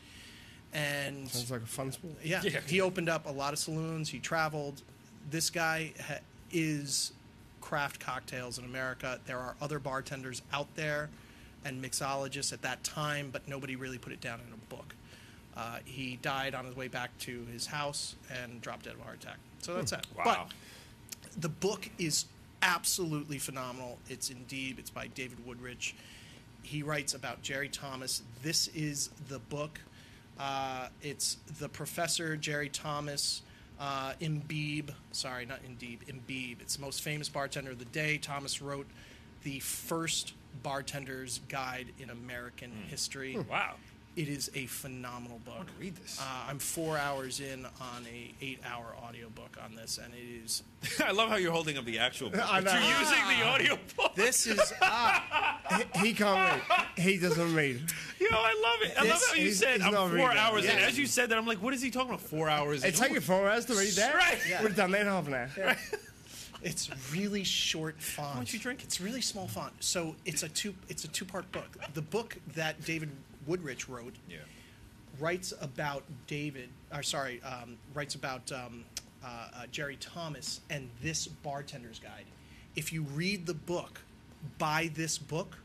S2: And
S3: Sounds like a fun sport.
S2: yeah.
S4: Yeah.
S2: He opened up a lot of saloons. He traveled. This guy ha- is craft cocktails in America. There are other bartenders out there and mixologists at that time, but nobody really put it down in a book. Uh, he died on his way back to his house and dropped dead of a heart attack. So that's it.
S4: Hmm. Wow.
S2: But the book is absolutely phenomenal. It's Indeed. It's by David Woodrich. He writes about Jerry Thomas. This is the book. Uh, it's the professor Jerry Thomas. Uh, Imbibe, sorry, not Indeeb, Imbibe. It's the most famous bartender of the day. Thomas wrote the first bartender's guide in American history.
S4: Hmm. wow.
S2: It is a phenomenal book.
S4: read this.
S2: Uh, I'm four hours in on a eight hour audiobook on this, and it is
S4: I love how you're holding up the actual book.
S3: I
S4: but You're
S3: know.
S4: using the audio book.
S2: This is ah,
S3: He can't read. He doesn't read.
S4: Yo, I love it. I love
S2: This
S4: how you
S3: is-
S4: said
S3: is
S4: I'm
S3: not
S4: four
S3: reading.
S4: hours in.
S2: Yeah.
S4: As you said that, I'm like, what is he talking about? Four hours in.
S3: It took you four hours to read that.
S4: Right.
S2: Yeah.
S3: We've done that in half an hour.
S2: it's really short font. Why
S4: don't you drink it?
S2: It's really small font. So it's a two it's a two part book. The book that David Woodrich wrote
S4: Yeah.
S2: writes about David, or sorry, um, writes about um, uh, uh, Jerry Thomas and this bartender's guide. If you read the book, buy this book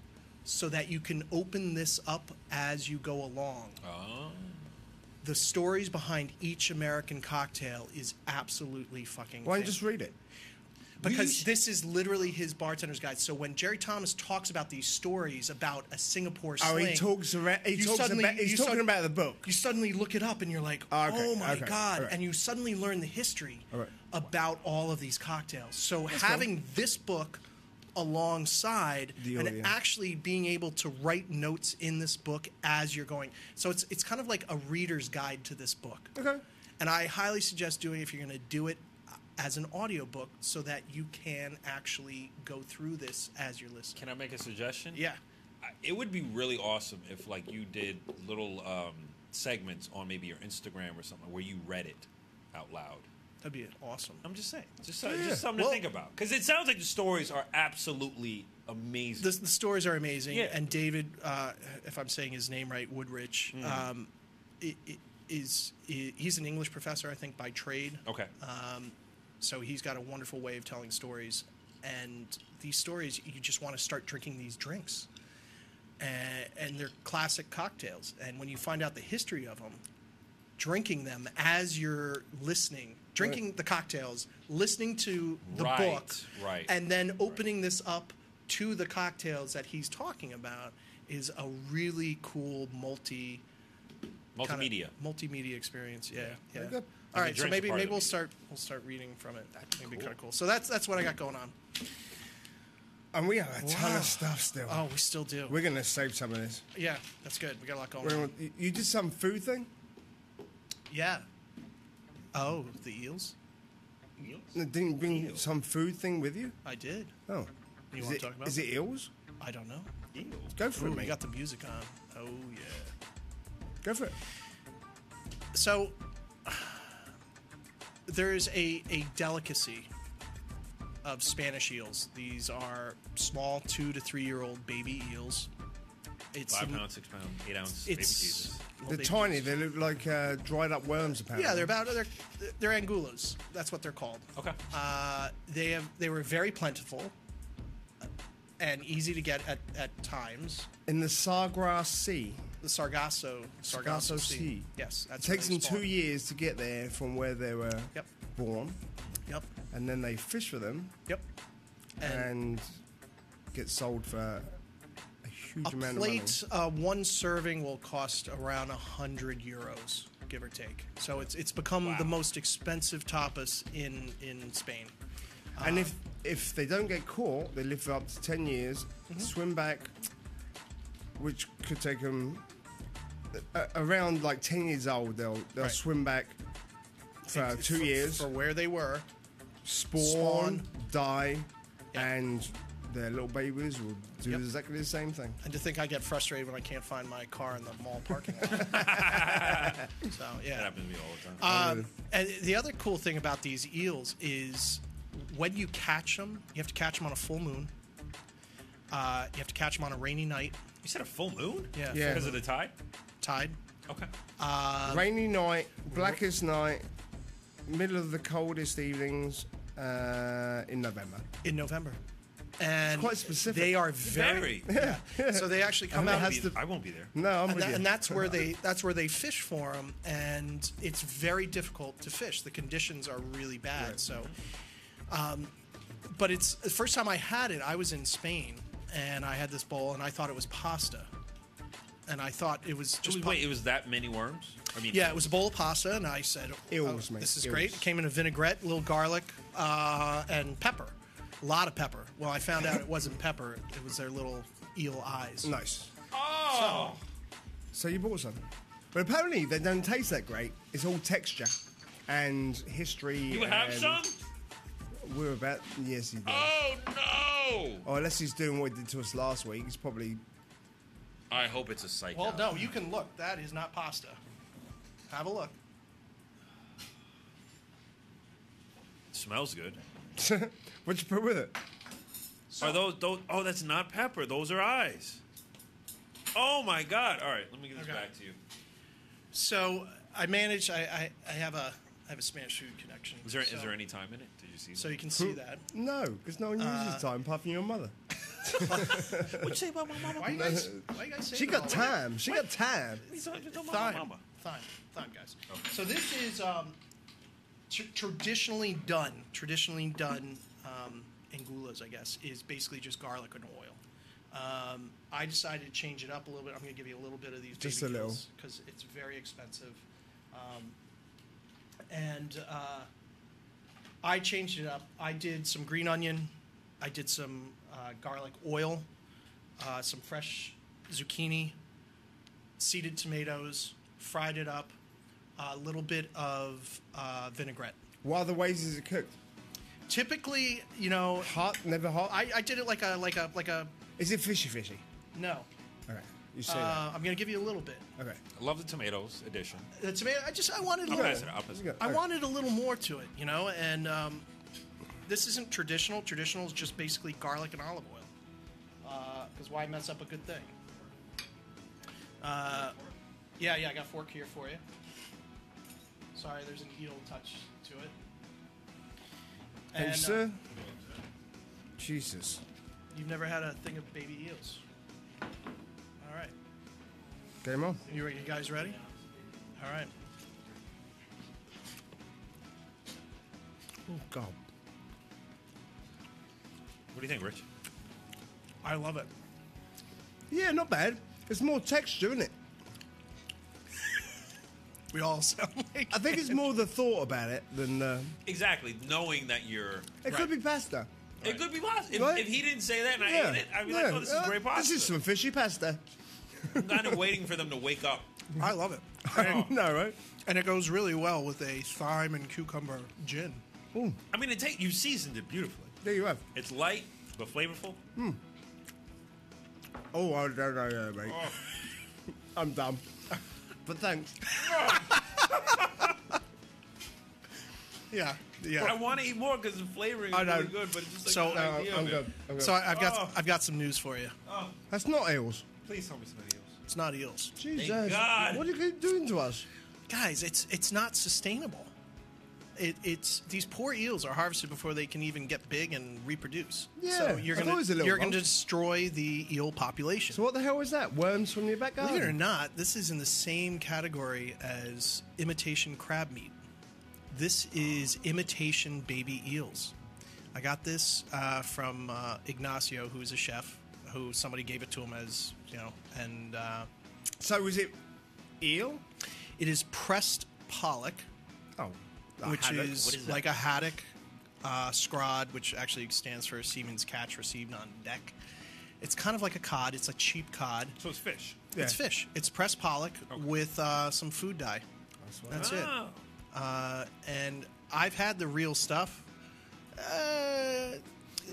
S2: so that you can open this up as you go along. The stories behind each American cocktail is absolutely fucking.
S3: Why don't you
S2: fantastic
S3: just read it?
S2: because this is literally his bartender's guide. So when Jerry Thomas talks about these stories about a Singapore
S3: Oh,
S2: sling,
S3: he talks around. He
S2: you
S3: talks
S2: suddenly-
S3: about. He's
S2: you
S3: talking
S2: sud-
S3: about the book.
S2: You suddenly look it up and you're like,
S3: Ah, okay,
S2: oh my
S3: okay,
S2: god!
S3: alright.
S2: And you suddenly learn the history
S3: Alright.
S2: about all of these cocktails. So having this book alongside
S3: The
S2: and
S3: audio.
S2: actually being able to write notes in this book as you're going, so it's it's kind of like a reader's guide to this book.
S3: Okay.
S2: And I highly suggest doing it if you're going to do it uh, as an audiobook so that you can actually go through this as you're listening.
S4: Can I make a suggestion?
S2: Yeah.
S4: I- It would be really awesome if, like, you did little um, segments on maybe your Instagram or something where you read it out loud.
S2: That'd be awesome.
S4: I'm just saying, just, so- just something
S2: Well-
S4: to think about. Because it sounds like the stories are absolutely amazing.
S2: the, the stories are amazing.
S4: Yeah.
S2: And David, uh, if I'm saying his name right, Woodrich,
S4: Mm.
S2: um, i i is i he's an English professor, I think, by trade.
S4: okay.
S2: uh, So he's got a wonderful way of telling stories. And these stories, you just want to start drinking these drinks. And, and they're classic cocktails. And when you find out the history of them, drinking them as you're listening, drinking the cocktails, listening to the
S4: Right,
S2: book,
S4: right.
S2: and then opening this up to the cocktails that he's talking about is a really cool multi kinda
S4: Multimedia.
S2: multimedia experience. Yeah, yeah.
S3: Okay.
S2: All
S4: And the
S2: right, so
S4: drinks are
S2: maybe
S4: part of
S2: maybe
S4: the
S2: we'll
S4: media.
S2: start we'll start reading from it. That'd be kind of cool. So that's that's what I got going on.
S3: And we have a ton
S2: Wow.
S3: of stuff still.
S2: Oh, we still do.
S3: We're going to save some of this.
S2: yeah, that's good. We got a lot going
S3: We're
S2: on.
S3: gonna, you- you did some food thing?
S2: Yeah. Oh, the eels.
S3: No, Didn't you bring some food thing with you?
S2: I did.
S3: Oh.
S2: You
S3: is
S2: wanna
S3: it,
S2: talk about
S3: Is
S2: it?
S3: it eels?
S2: I don't know.
S3: Go for
S2: Ooh,
S3: it,
S2: we
S3: mate.
S2: got the music on. Oh yeah.
S3: Go for it.
S2: So there is a a delicacy of Spanish eels. These are small two to three year old baby eels. It's
S4: Five pounds, six pounds, eight ounce. baby
S2: It's
S4: Jesus.
S2: well,
S3: They're
S2: they-
S3: tiny. They look like uh, dried up worms, apparently.
S2: Yeah, they're about they're they're angulos. That's what they're called.
S4: Okay.
S2: Uh, they have they were very plentiful and easy to get at, at times.
S3: In the Sargrass Sea.
S2: The Sargasso Sargasso
S3: Sargasso
S2: Sea.
S3: Sea.
S2: Yes,
S3: It
S2: that's where
S3: takes
S2: they
S3: them two
S2: spawn.
S3: years to get there from where they were
S2: Yep.
S3: born,
S2: Yep.
S3: and then they fish for them
S2: Yep. And,
S3: and get sold for a huge
S2: a
S3: amount
S2: plate, uh, one serving will cost around hundred euros, give or take. So it's it's become the most expensive tapas in in Spain.
S3: of money. And if if they don't get caught, they live for up to ten years,
S2: Mhm.
S3: swim back, which could take them around like ten years old. They'll they'll
S2: Right.
S3: swim back for
S2: It's-
S3: two years,
S2: for where they were.
S3: spawn,
S2: spawn.
S3: die,
S2: Yeah.
S3: and their little babies will do
S2: Yep.
S3: exactly the same thing.
S2: And to think I get frustrated when I can't find my car in the mall parking lot. so
S4: That
S2: yeah.
S4: happens to me all the time. Uh,
S2: Um, and the other cool thing about these eels is when you catch them, you have to catch them on a full moon. Uh, you have to catch them on a rainy night,
S4: you said a full moon?
S2: Yeah.
S3: Yeah.
S4: Because of the tide?
S2: tide.
S4: Okay.
S2: Um,
S3: Rainy night,
S2: mhm.
S3: blackest night, middle of the coldest evenings uh, in November.
S2: in November. And
S3: Quite specific.
S2: They are very. Yeah. So they actually come
S3: mean,
S2: out.
S3: it
S4: I,
S3: has
S4: won't be,
S3: to-
S4: I won't be there.
S3: No, I'm
S2: and,
S3: with
S2: tha-
S3: you.
S2: and that's where they that's where they fish for them, and it's very difficult to fish. The conditions are really bad. So, um, but it's the first time I had it. I was in Spain, and I had this bowl, and I thought it was pasta, and I thought it was just
S4: Wait,
S2: pa-
S4: wait, it was that many worms? I mean,
S2: yeah, it was a bowl of pasta, and I said, "Oh,
S3: Eels, mate,
S2: This is
S3: eels.
S2: great. It came in a vinaigrette, a little garlic, uh, and pepper. A lot of pepper. Well, I found out it wasn't pepper, it was their little eel eyes.
S3: nice.
S4: Oh!
S3: So you bought some, but apparently they don't taste that great. It's all texture and history.
S4: you have
S3: and
S4: some?
S3: We're about yes, he did.
S4: Oh, no!
S3: Or unless he's doing what he did to us last week, he's probably
S4: I hope it's a psych.
S2: Well,
S4: out.
S2: no, you can look. That is not pasta. Have a look.
S4: smells good.
S3: what'd you put with it?
S4: Are those, those? Oh, that's not pepper. Those are eyes. Oh my God! All right, let me give this
S2: Okay.
S4: back to you.
S2: So I manage. I, I, I have a I have a Spanish food connection.
S4: Is there is
S2: so,
S4: there any time in it? Did you see?
S2: So
S4: that?
S2: you can see that.
S3: No, because no one uses
S4: Uh,
S3: time apart from your mother.
S4: What'd you say about my mama?
S2: Why you guys? Why you guys say
S3: She
S2: that
S3: got
S4: Oh,
S2: all?
S3: time. She got time.
S4: He's talking about my
S2: Thyme.
S4: mama.
S2: Thyme. Thyme, guys. So this is um, tr- traditionally done. Traditionally done um, angulas, I guess, is basically just garlic and oil. Um, I decided to change it up a little bit. I'm going to give you a little bit of these
S3: Just
S2: baby
S3: a little.
S2: because it's very expensive. Um, and uh, I changed it up. I did some green onion. I did some uh, garlic oil, uh, some fresh zucchini, seeded tomatoes, fried it up, a little bit of uh, vinaigrette.
S3: What other ways is it cooked?
S2: Typically, you know,
S3: Hot, never hot.
S2: I, I did it like a like a like a
S3: Is it fishy fishy?
S2: no.
S3: Okay, you say
S2: Uh, I'm gonna give you a little bit.
S3: that. Okay,
S4: I love the tomatoes edition.
S2: The tomato. I just I wanted a
S4: I'll
S2: little.
S4: pass it. I'll pass
S3: you
S4: it.
S3: got-
S2: I
S3: okay.
S2: wanted a little more to it, you know. And um, this isn't traditional. Traditional is just basically garlic and olive oil. Because why mess up a good thing? Uh, yeah, yeah. I got a fork here for you. Sorry, there's an eel touch to it.
S3: Thank you,
S2: And, uh,
S3: sir.
S4: uh,
S3: Jesus.
S2: You've never had a thing of baby eels. All right.
S3: Game on.
S2: You, you guys ready? All right.
S3: Oh God.
S4: What do you think, Rich?
S2: I love it.
S3: Yeah, not bad. It's more texture, isn't it?
S2: We all sound like
S3: I think it's more the thought about it than uh,
S4: Exactly, knowing that you're.
S3: it could be pasta.
S4: It could be pasta. If,
S3: Right.
S4: if he didn't say that and I ate it, I'd be like,
S3: yeah.
S4: "Oh, this is
S3: Uh,
S4: great pasta."
S3: This is some fishy pasta.
S4: I'm kind of waiting for them to wake up.
S2: I love it.
S4: Oh.
S3: no, right?
S2: And it goes really well with a thyme and cucumber gin.
S4: I mean, it take you seasoned it beautifully.
S3: There you have.
S4: It's light but flavorful.
S3: Oh, I don't know, yeah, mate.
S4: Oh.
S3: I'm dumb. but thanks.
S2: Yeah,
S4: I
S2: yeah.
S4: want to eat more because the flavoring
S3: I
S4: is
S3: know.
S4: really good, but it's just like
S2: So,
S4: the
S2: uh,
S4: idea
S3: I'm
S4: of it.
S3: good. I'm good.
S2: So I- I've got
S4: Oh.
S2: I've got some news for you.
S3: That's not ales.
S4: Please tell me something else.
S2: It's not eels,
S3: Jesus.
S4: God.
S3: What are you doing to us?
S2: guys. It's it's not sustainable. It, it's these poor eels are harvested before they can even get big and reproduce.
S3: Yeah,
S2: so you're
S3: I thought it
S2: gonna
S3: was a little
S2: you're gonna
S3: one.
S2: destroy the eel population.
S3: So what the hell is that? Worms from your back garden?
S4: Um,
S2: Believe it or not, this is in the same category as imitation crab meat. This is imitation baby eels. I got this uh, from uh, Ignacio, who is a chef, who somebody gave it to him as, you know, and uh,
S3: So is it eel?
S2: it is pressed pollock,
S3: Oh, a
S2: which
S3: haddock.
S2: is,
S4: What is that?
S2: like a haddock, uh, scrod, which actually stands for Seaman's Catch Received on Deck. It's kind of like a cod, it's a cheap cod.
S4: So it's fish.
S3: Yeah.
S2: It's fish. It's pressed pollock with uh, some food dye. That's, it.
S4: Oh.
S2: Uh, and I've had the real stuff. Uh, the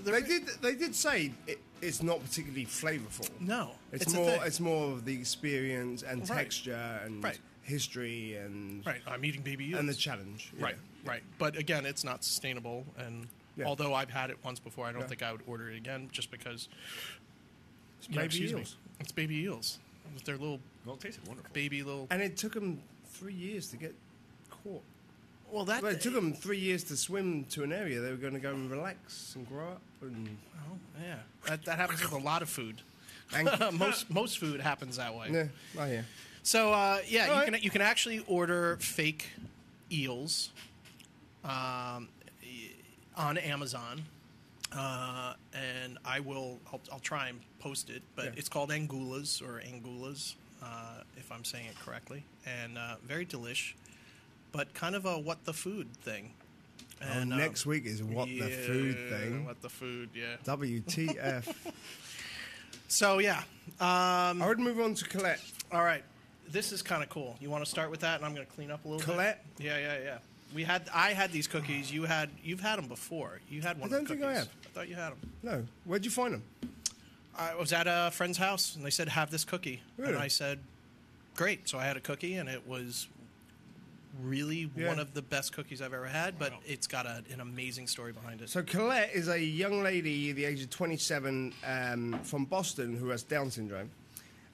S3: They
S2: re-
S3: did. They did say it, it's not particularly flavorful.
S2: No,
S3: it's,
S2: it's a
S3: more.
S2: thing.
S3: It's more of the experience and
S2: Right.
S3: texture and
S2: Right.
S3: history and
S2: Right, I'm eating baby eels.
S3: and the challenge. yeah.
S2: right, right. But again, it's not sustainable. And
S3: Yeah.
S2: although I've had it once before, I don't
S3: Yeah.
S2: think I would order it again just because.
S3: It's
S2: you know,
S3: baby
S2: excuse me,
S3: eels.
S2: It's baby eels with their little
S4: Well, it tasted wonderful.
S2: baby little.
S3: And it took them three years to get caught.
S2: well, that
S3: Well, it took them three years to swim to an area they were going to go and relax and grow up. And
S2: Yeah, that, that happens with a lot of food.
S3: Thank-
S2: most most food happens that way.
S3: yeah, oh yeah.
S2: So uh, yeah, you
S3: All right.
S2: can you can actually order fake eels um, on Amazon, uh, and I will I'll, I'll try and post it. But
S3: Yeah.
S2: it's called angulas or angulas, uh, if I'm saying it correctly, and uh, very delish, but kind of a what the food thing. And, uh,
S3: Oh, next week is what the food
S2: yeah,
S3: thing.
S2: What the food? Yeah.
S3: WTF?
S2: So yeah, Um,
S3: I would move on to Colette.
S2: All right. This is kind of cool. You want to start with that, and I'm going to clean up a little
S3: Colette?
S2: bit. Yeah, yeah, yeah. We had. I had these cookies. You had. You've had them before. You had one.
S3: I
S2: of the
S3: don't think I
S2: cookies.
S3: have.
S2: I thought you had them.
S3: No, where'd you find them?
S2: I was at a friend's house, and they said, "Have this cookie,"
S3: Really?
S2: and I said, "Great." So I had a cookie, and it was really
S3: Yeah.
S2: one of the best cookies I've ever had. But it's got a, an amazing story behind it.
S3: So Colette is a young lady, the age of 27, um, from Boston, who has Down syndrome.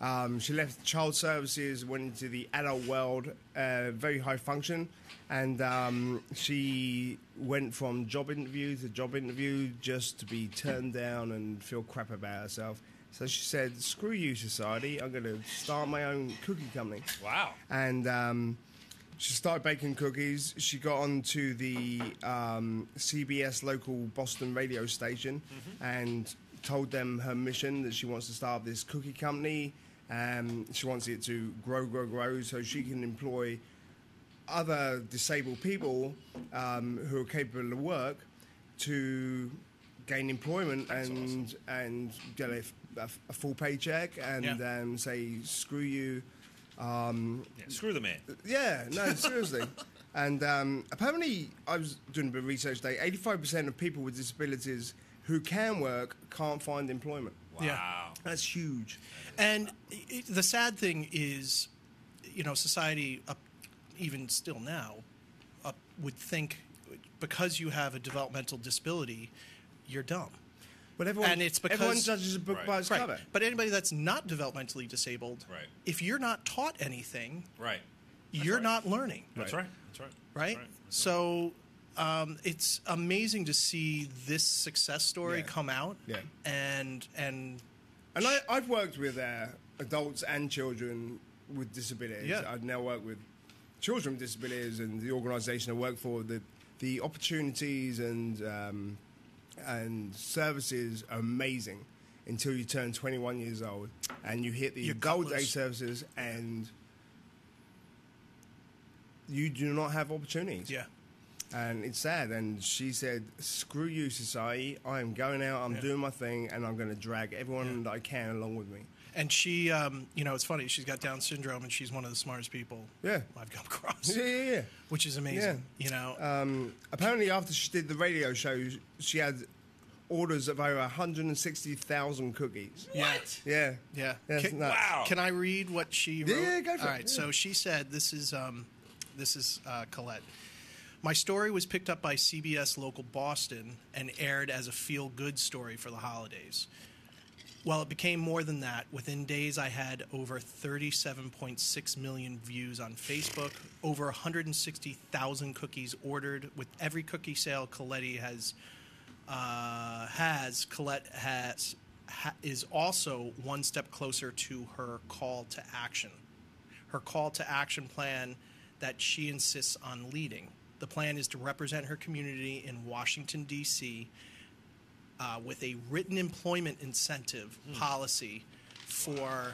S3: Um, she left child services, went into the adult world, uh, very high function, and um, she went from job interview to job interview just to be turned down and feel crap about herself. So she said, "Screw you, society! I'm going to start my own cookie company."
S4: Wow.
S3: and um, she started baking cookies. She got onto the um, CBS local Boston radio station and told them her mission that she wants to start up this cookie company. Um, she wants it to grow, grow, grow, so she can employ other disabled people um, who are capable of work to gain employment and and get a, a- a full paycheck and
S2: Yeah.
S3: um, say screw you
S4: Yeah, screw the man.
S3: yeah, no, seriously. And um, apparently, I was doing a bit of research today. Eighty-five percent of people with disabilities who can work can't find employment.
S4: Wow.
S2: Yeah.
S3: That's huge.
S2: And i- i- the sad thing is, you know, society, up, even still now, up, would think because you have a developmental disability, you're dumb.
S3: But everyone
S2: And it's
S3: everyone
S2: because-
S3: judges a book
S4: Right.
S3: by its
S2: Right.
S3: cover.
S2: But anybody that's not developmentally disabled,
S4: Right.
S2: if you're not taught anything,
S4: Right.
S2: you're not learning
S4: That's right. That's right.
S2: right?
S4: That's right.
S2: So um, it's amazing to see this success story
S3: Yeah.
S2: come out,
S3: Yeah.
S2: and and
S3: And I, I've worked with uh, adults and children with disabilities.
S2: Yeah.
S3: I now work with children with disabilities and the organisation I work for, the the opportunities and um, and services are amazing until you turn 21 years old and you hit the
S2: You're
S3: gold
S2: cutless.
S3: day services and you do not have opportunities.
S2: Yeah.
S3: And it's sad. And she said, "Screw you, society. I am going out. I'm
S2: Yeah.
S3: doing my thing, and I'm going to drag everyone
S2: Yeah.
S3: that I can along with me."
S2: And she, um, you know, it's funny. She's got Down syndrome, and she's one of the smartest people
S3: Yeah.
S2: I've come across,
S3: Yeah, yeah, yeah.
S2: which is amazing. You know,
S3: Um, apparently, after she did the radio show, she had orders of over 160,000 cookies.
S2: what?
S3: Yeah.
S2: Yeah.
S3: That's
S2: Can,
S3: nuts.
S4: wow.
S2: can I read what she wrote?
S3: Yeah, yeah, go for
S2: All
S3: it,
S2: right.
S3: yeah.
S2: So she said, "This is um, this is uh, Colette." My story was picked up by CBS local Boston and aired as a feel-good story for the holidays. Well, it became more than that. Within days, I had over 37.6 million views on Facebook, over 160,000 cookies ordered. With every cookie sale Coletti has uh, has Colette has ha, is also one step closer to her call to action. Her call to action plan that she insists on leading. The plan is to represent her community in Washington D.C. Uh, with a written employment incentive policy for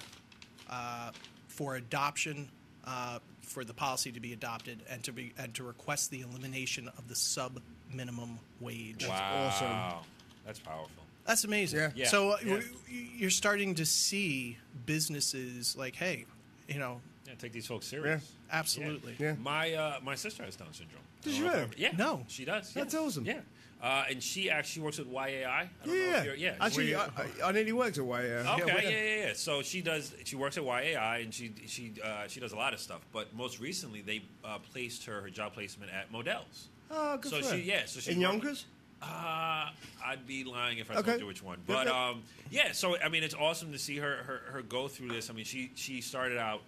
S2: uh, for adoption. Uh, for the policy to be adopted and to be and to request the elimination of the sub minimum wage.
S4: wow. That's powerful.
S2: That's amazing.
S3: Yeah.
S4: Yeah.
S2: So uh,
S4: Yeah.
S2: w- you're starting to see businesses like, hey, you know,
S4: Yeah, take these folks serious.
S2: absolutely.
S3: Yeah.
S4: My uh, my sister has Down syndrome.
S3: Does
S4: I
S3: she
S4: don't know if
S3: really?
S4: I- Yeah.
S2: No.
S4: She does.
S3: That's
S4: yeah.
S3: awesome.
S4: Yeah. Uh, and she actually works with YAI. I don't know
S3: Yeah.
S4: if you're, yeah.
S3: Actually,
S4: she-
S3: I, I, I nearly worked away. Uh,
S4: Okay,
S3: yeah,
S4: yeah, yeah, yeah. So she does. She works at YAI, and she she uh, she does a lot of stuff. But most recently, they uh, placed her her job placement at Modell's.
S3: Oh, good
S4: so
S3: for her.
S4: she yeah. So she
S3: In Yonkers?
S4: Uh, I'd be lying if I
S3: Okay.
S4: told you which one.
S3: Yeah,
S4: But
S3: yeah.
S4: um, yeah. So I mean, it's awesome to see her her, her go through this. I mean, she she started out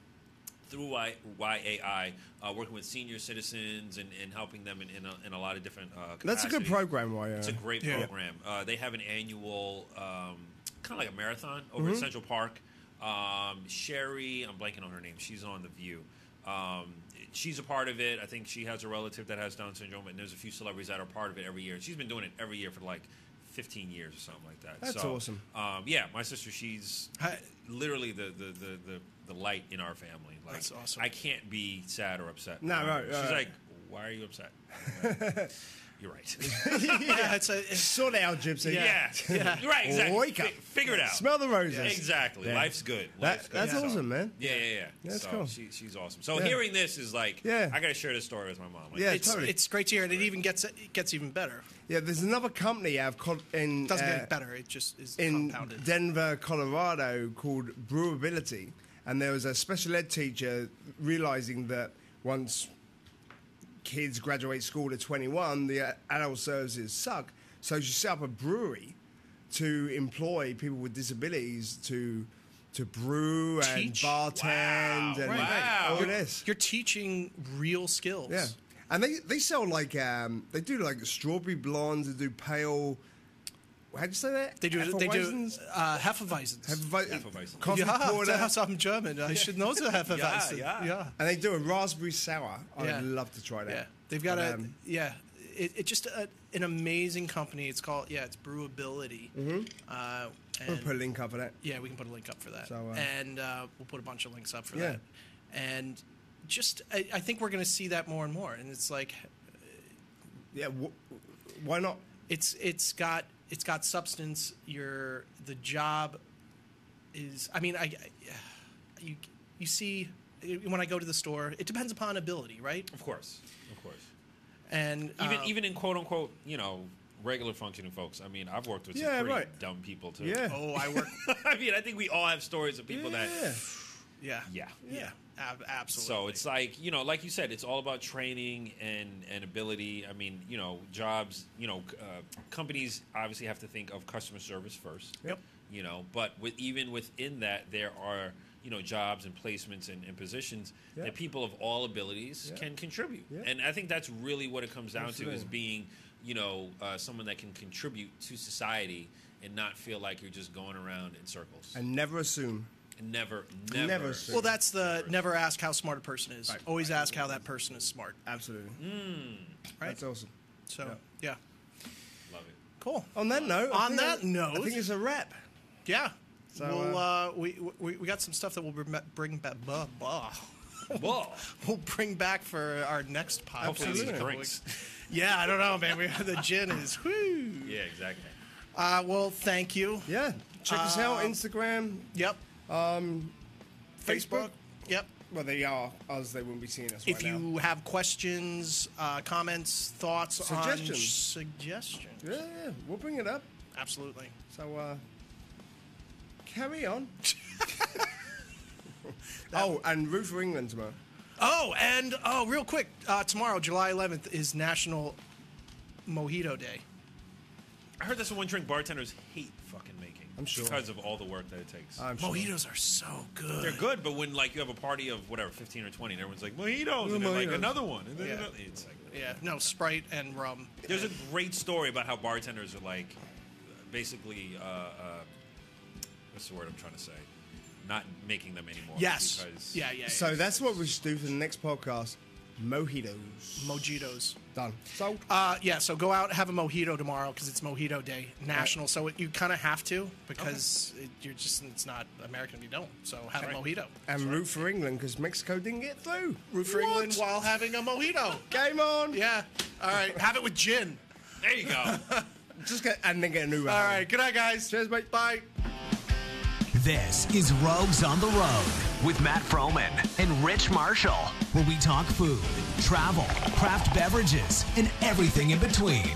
S4: through y, YAI, uh, working with senior citizens and, and helping them in, in, a, in a lot of different. Uh,
S3: That's a good
S4: capacities.
S3: program, why?
S4: It's a great
S2: Yeah.
S4: program. Uh, they have an annual, um, kind of like a marathon over in Central Park. Um, Sherry, I'm blanking on her name. She's on The View. Um, she's a part of it. I think she has a relative that has Down syndrome, and there's a few celebrities that are part of it every year. She's been doing it every year for like 15 years or something like that.
S3: That's
S4: So,
S3: awesome.
S4: Um, yeah, my sister, she's
S2: Hi-
S4: literally the, the, the, the, the light in our family. Like,
S2: That's awesome.
S4: I can't be sad or upset.
S3: No,
S4: Um,
S3: right,
S4: She's
S3: right.
S4: like, why are you upset? I'm like, You're right.
S2: Yeah, it's a, it's,
S3: Sort out, Gypsy.
S4: Yeah. Right, exactly.
S3: Wake up.
S4: Fi- figure it out.
S3: Smell the roses.
S4: Exactly.
S3: Yeah.
S4: Life's good.
S3: That-
S4: Life's good.
S3: that's
S4: So-
S3: awesome, man.
S4: Yeah, yeah, yeah.
S3: That's
S4: so
S3: cool.
S4: She, she's awesome. So
S3: Yeah.
S4: hearing this is like,
S3: Yeah.
S4: I got to share this story with my mom. Like,
S3: Yeah,
S4: it's-
S3: totally.
S2: it's great to hear, and it even gets it gets even better.
S3: Yeah, there's another company out of Col- in
S2: It doesn't
S3: uh,
S2: get better; it just is
S3: in
S2: compounded.
S3: Denver, Colorado, called Brewability, and there was a special ed teacher realizing that once kids graduate school at 21, the uh, adult services suck. So she set up a brewery to employ people with disabilities to to brew and
S2: Teach?
S3: bartend
S4: Wow.
S3: and
S4: Right.
S3: all
S4: Wow.
S3: this.
S2: You're teaching real skills.
S3: Oh, Yeah, and they they sell like um they do like strawberry blondes. They do pale. How'd you say that?
S2: They do. They do.
S3: Hefeweizens?
S2: Uh, Hefeweizens.
S3: Hefewe-
S4: Hefeweizen.
S3: Coffee
S2: yeah,
S3: porter.
S2: that's- I'm German. I should know the Hefeweizen.
S4: yeah.
S2: yeah.
S3: And they do a raspberry sour. I'd
S2: Yeah.
S3: love to try that.
S2: Yeah, they've got
S3: But,
S2: a
S3: um,
S2: yeah. It, it just a, an amazing company. It's called yeah. It's Brewability. Mm-hmm. Uh,
S3: I'll
S2: and-
S3: put a link up for that.
S2: yeah, we can put a link up for that,
S3: So, uh,
S2: and uh, we'll put a bunch of links up for
S3: Yeah.
S2: that. And just I, I think we're going to see that more and more. And it's like
S3: Yeah, wh- why not?
S2: it's it's got it's got substance. Your the job is. I mean, I you you see when I go to the store, it depends upon ability, right?
S4: Of course. Of course.
S2: And
S4: Even
S2: uh,
S4: even in quote unquote, you know, regular functioning folks. I mean, I've worked with some
S3: Yeah,
S4: pretty
S3: right.
S4: dumb people too.
S3: Yeah.
S2: oh, I work.
S4: I mean, I think we all have stories of people
S3: Yeah.
S4: that
S2: Yeah.
S4: Yeah.
S2: Yeah. Ab- absolutely.
S4: So it's like you know, like you said, it's all about training and and ability. I mean, you know, jobs. You know, c- uh, companies obviously have to think of customer service first.
S2: Yep.
S4: You know, but with even within that, there are you know jobs and placements and, and positions
S3: Yeah.
S4: that people of all abilities
S3: Yeah.
S4: can contribute.
S3: Yeah.
S4: And I think that's really what it comes down to is
S3: Absolutely.
S4: being you know uh, someone that can contribute to society and not feel like you're just going around in circles. And
S3: And never assume.
S4: never, never.
S3: Never assume.
S2: well, that's the never ask how smart a person is. Always ask how that person is smart.
S3: Absolutely.
S2: Right.
S3: That's awesome.
S2: So yeah,
S4: Love it.
S2: cool.
S3: On that note, I
S2: On
S3: think
S2: that
S3: I-
S2: note-
S3: I think it's a wrap.
S2: Yeah.
S3: So,
S2: we'll,
S3: uh,
S2: uh, we, we we got some stuff that we'll bring back, bring back blah, blah.
S4: Whoa.
S2: we'll bring back for our next podcast.
S4: Hopefully these
S3: Absolutely.
S4: drinks.
S2: Yeah, I don't know, man. We, the gin is whoo.
S4: Yeah, exactly.
S2: Uh, well, thank you.
S3: Yeah. Check us out
S2: Um,
S3: Instagram,
S2: Yep.
S3: Um, Facebook.
S2: Yep.
S3: Well, they are us. They won't be seeing us
S2: If
S3: right now.
S2: you have questions, uh, comments, thoughts, on
S3: Suggestions.
S2: suggestions,
S3: Yeah, yeah, we'll bring it up.
S2: absolutely.
S3: So, uh, carry on. oh, and Roof for England tomorrow.
S2: Oh, and oh, real quick, uh, tomorrow, July 11th, is National Mojito Day.
S4: I heard that's the one drink bartenders hate fucking making.
S3: I'm sure.
S4: Because of all the work that it takes.
S2: Oh,
S3: I'm sure.
S2: Mojitos are so good.
S4: They're good, but when like you have a party of whatever, fifteen or twenty, and everyone's like mojitos, and then like
S3: mojitos.
S4: another one, and then
S2: Yeah.
S4: another. It's like
S2: Yeah. No, Sprite and rum.
S4: There's a great story about how bartenders are like, basically, uh, uh, what's the word I'm trying to say? Not making them anymore.
S2: Yes.
S4: Because
S2: Yeah, yeah.
S3: So that's what we should do for the next podcast. Mojitos.
S2: Mojitos.
S3: Done. So,
S2: Uh, yeah, so go out have a mojito tomorrow because it's Mojito Day national. So it, you kind of have to because it, you're just it's not American if you don't. So have a mojito.
S3: and Root for England because Mexico didn't get through.
S2: Root for
S3: What?
S2: England while having a mojito.
S3: Game on.
S2: Yeah. All right. Have it with gin.
S4: There you go.
S3: Just get and then get a new.
S2: All right. Good night, guys.
S3: Cheers, mate. Bye.
S1: This is Rogues on the Road with Matt Froman and Rich Marshall, where we talk food, travel, craft beverages, and everything in between.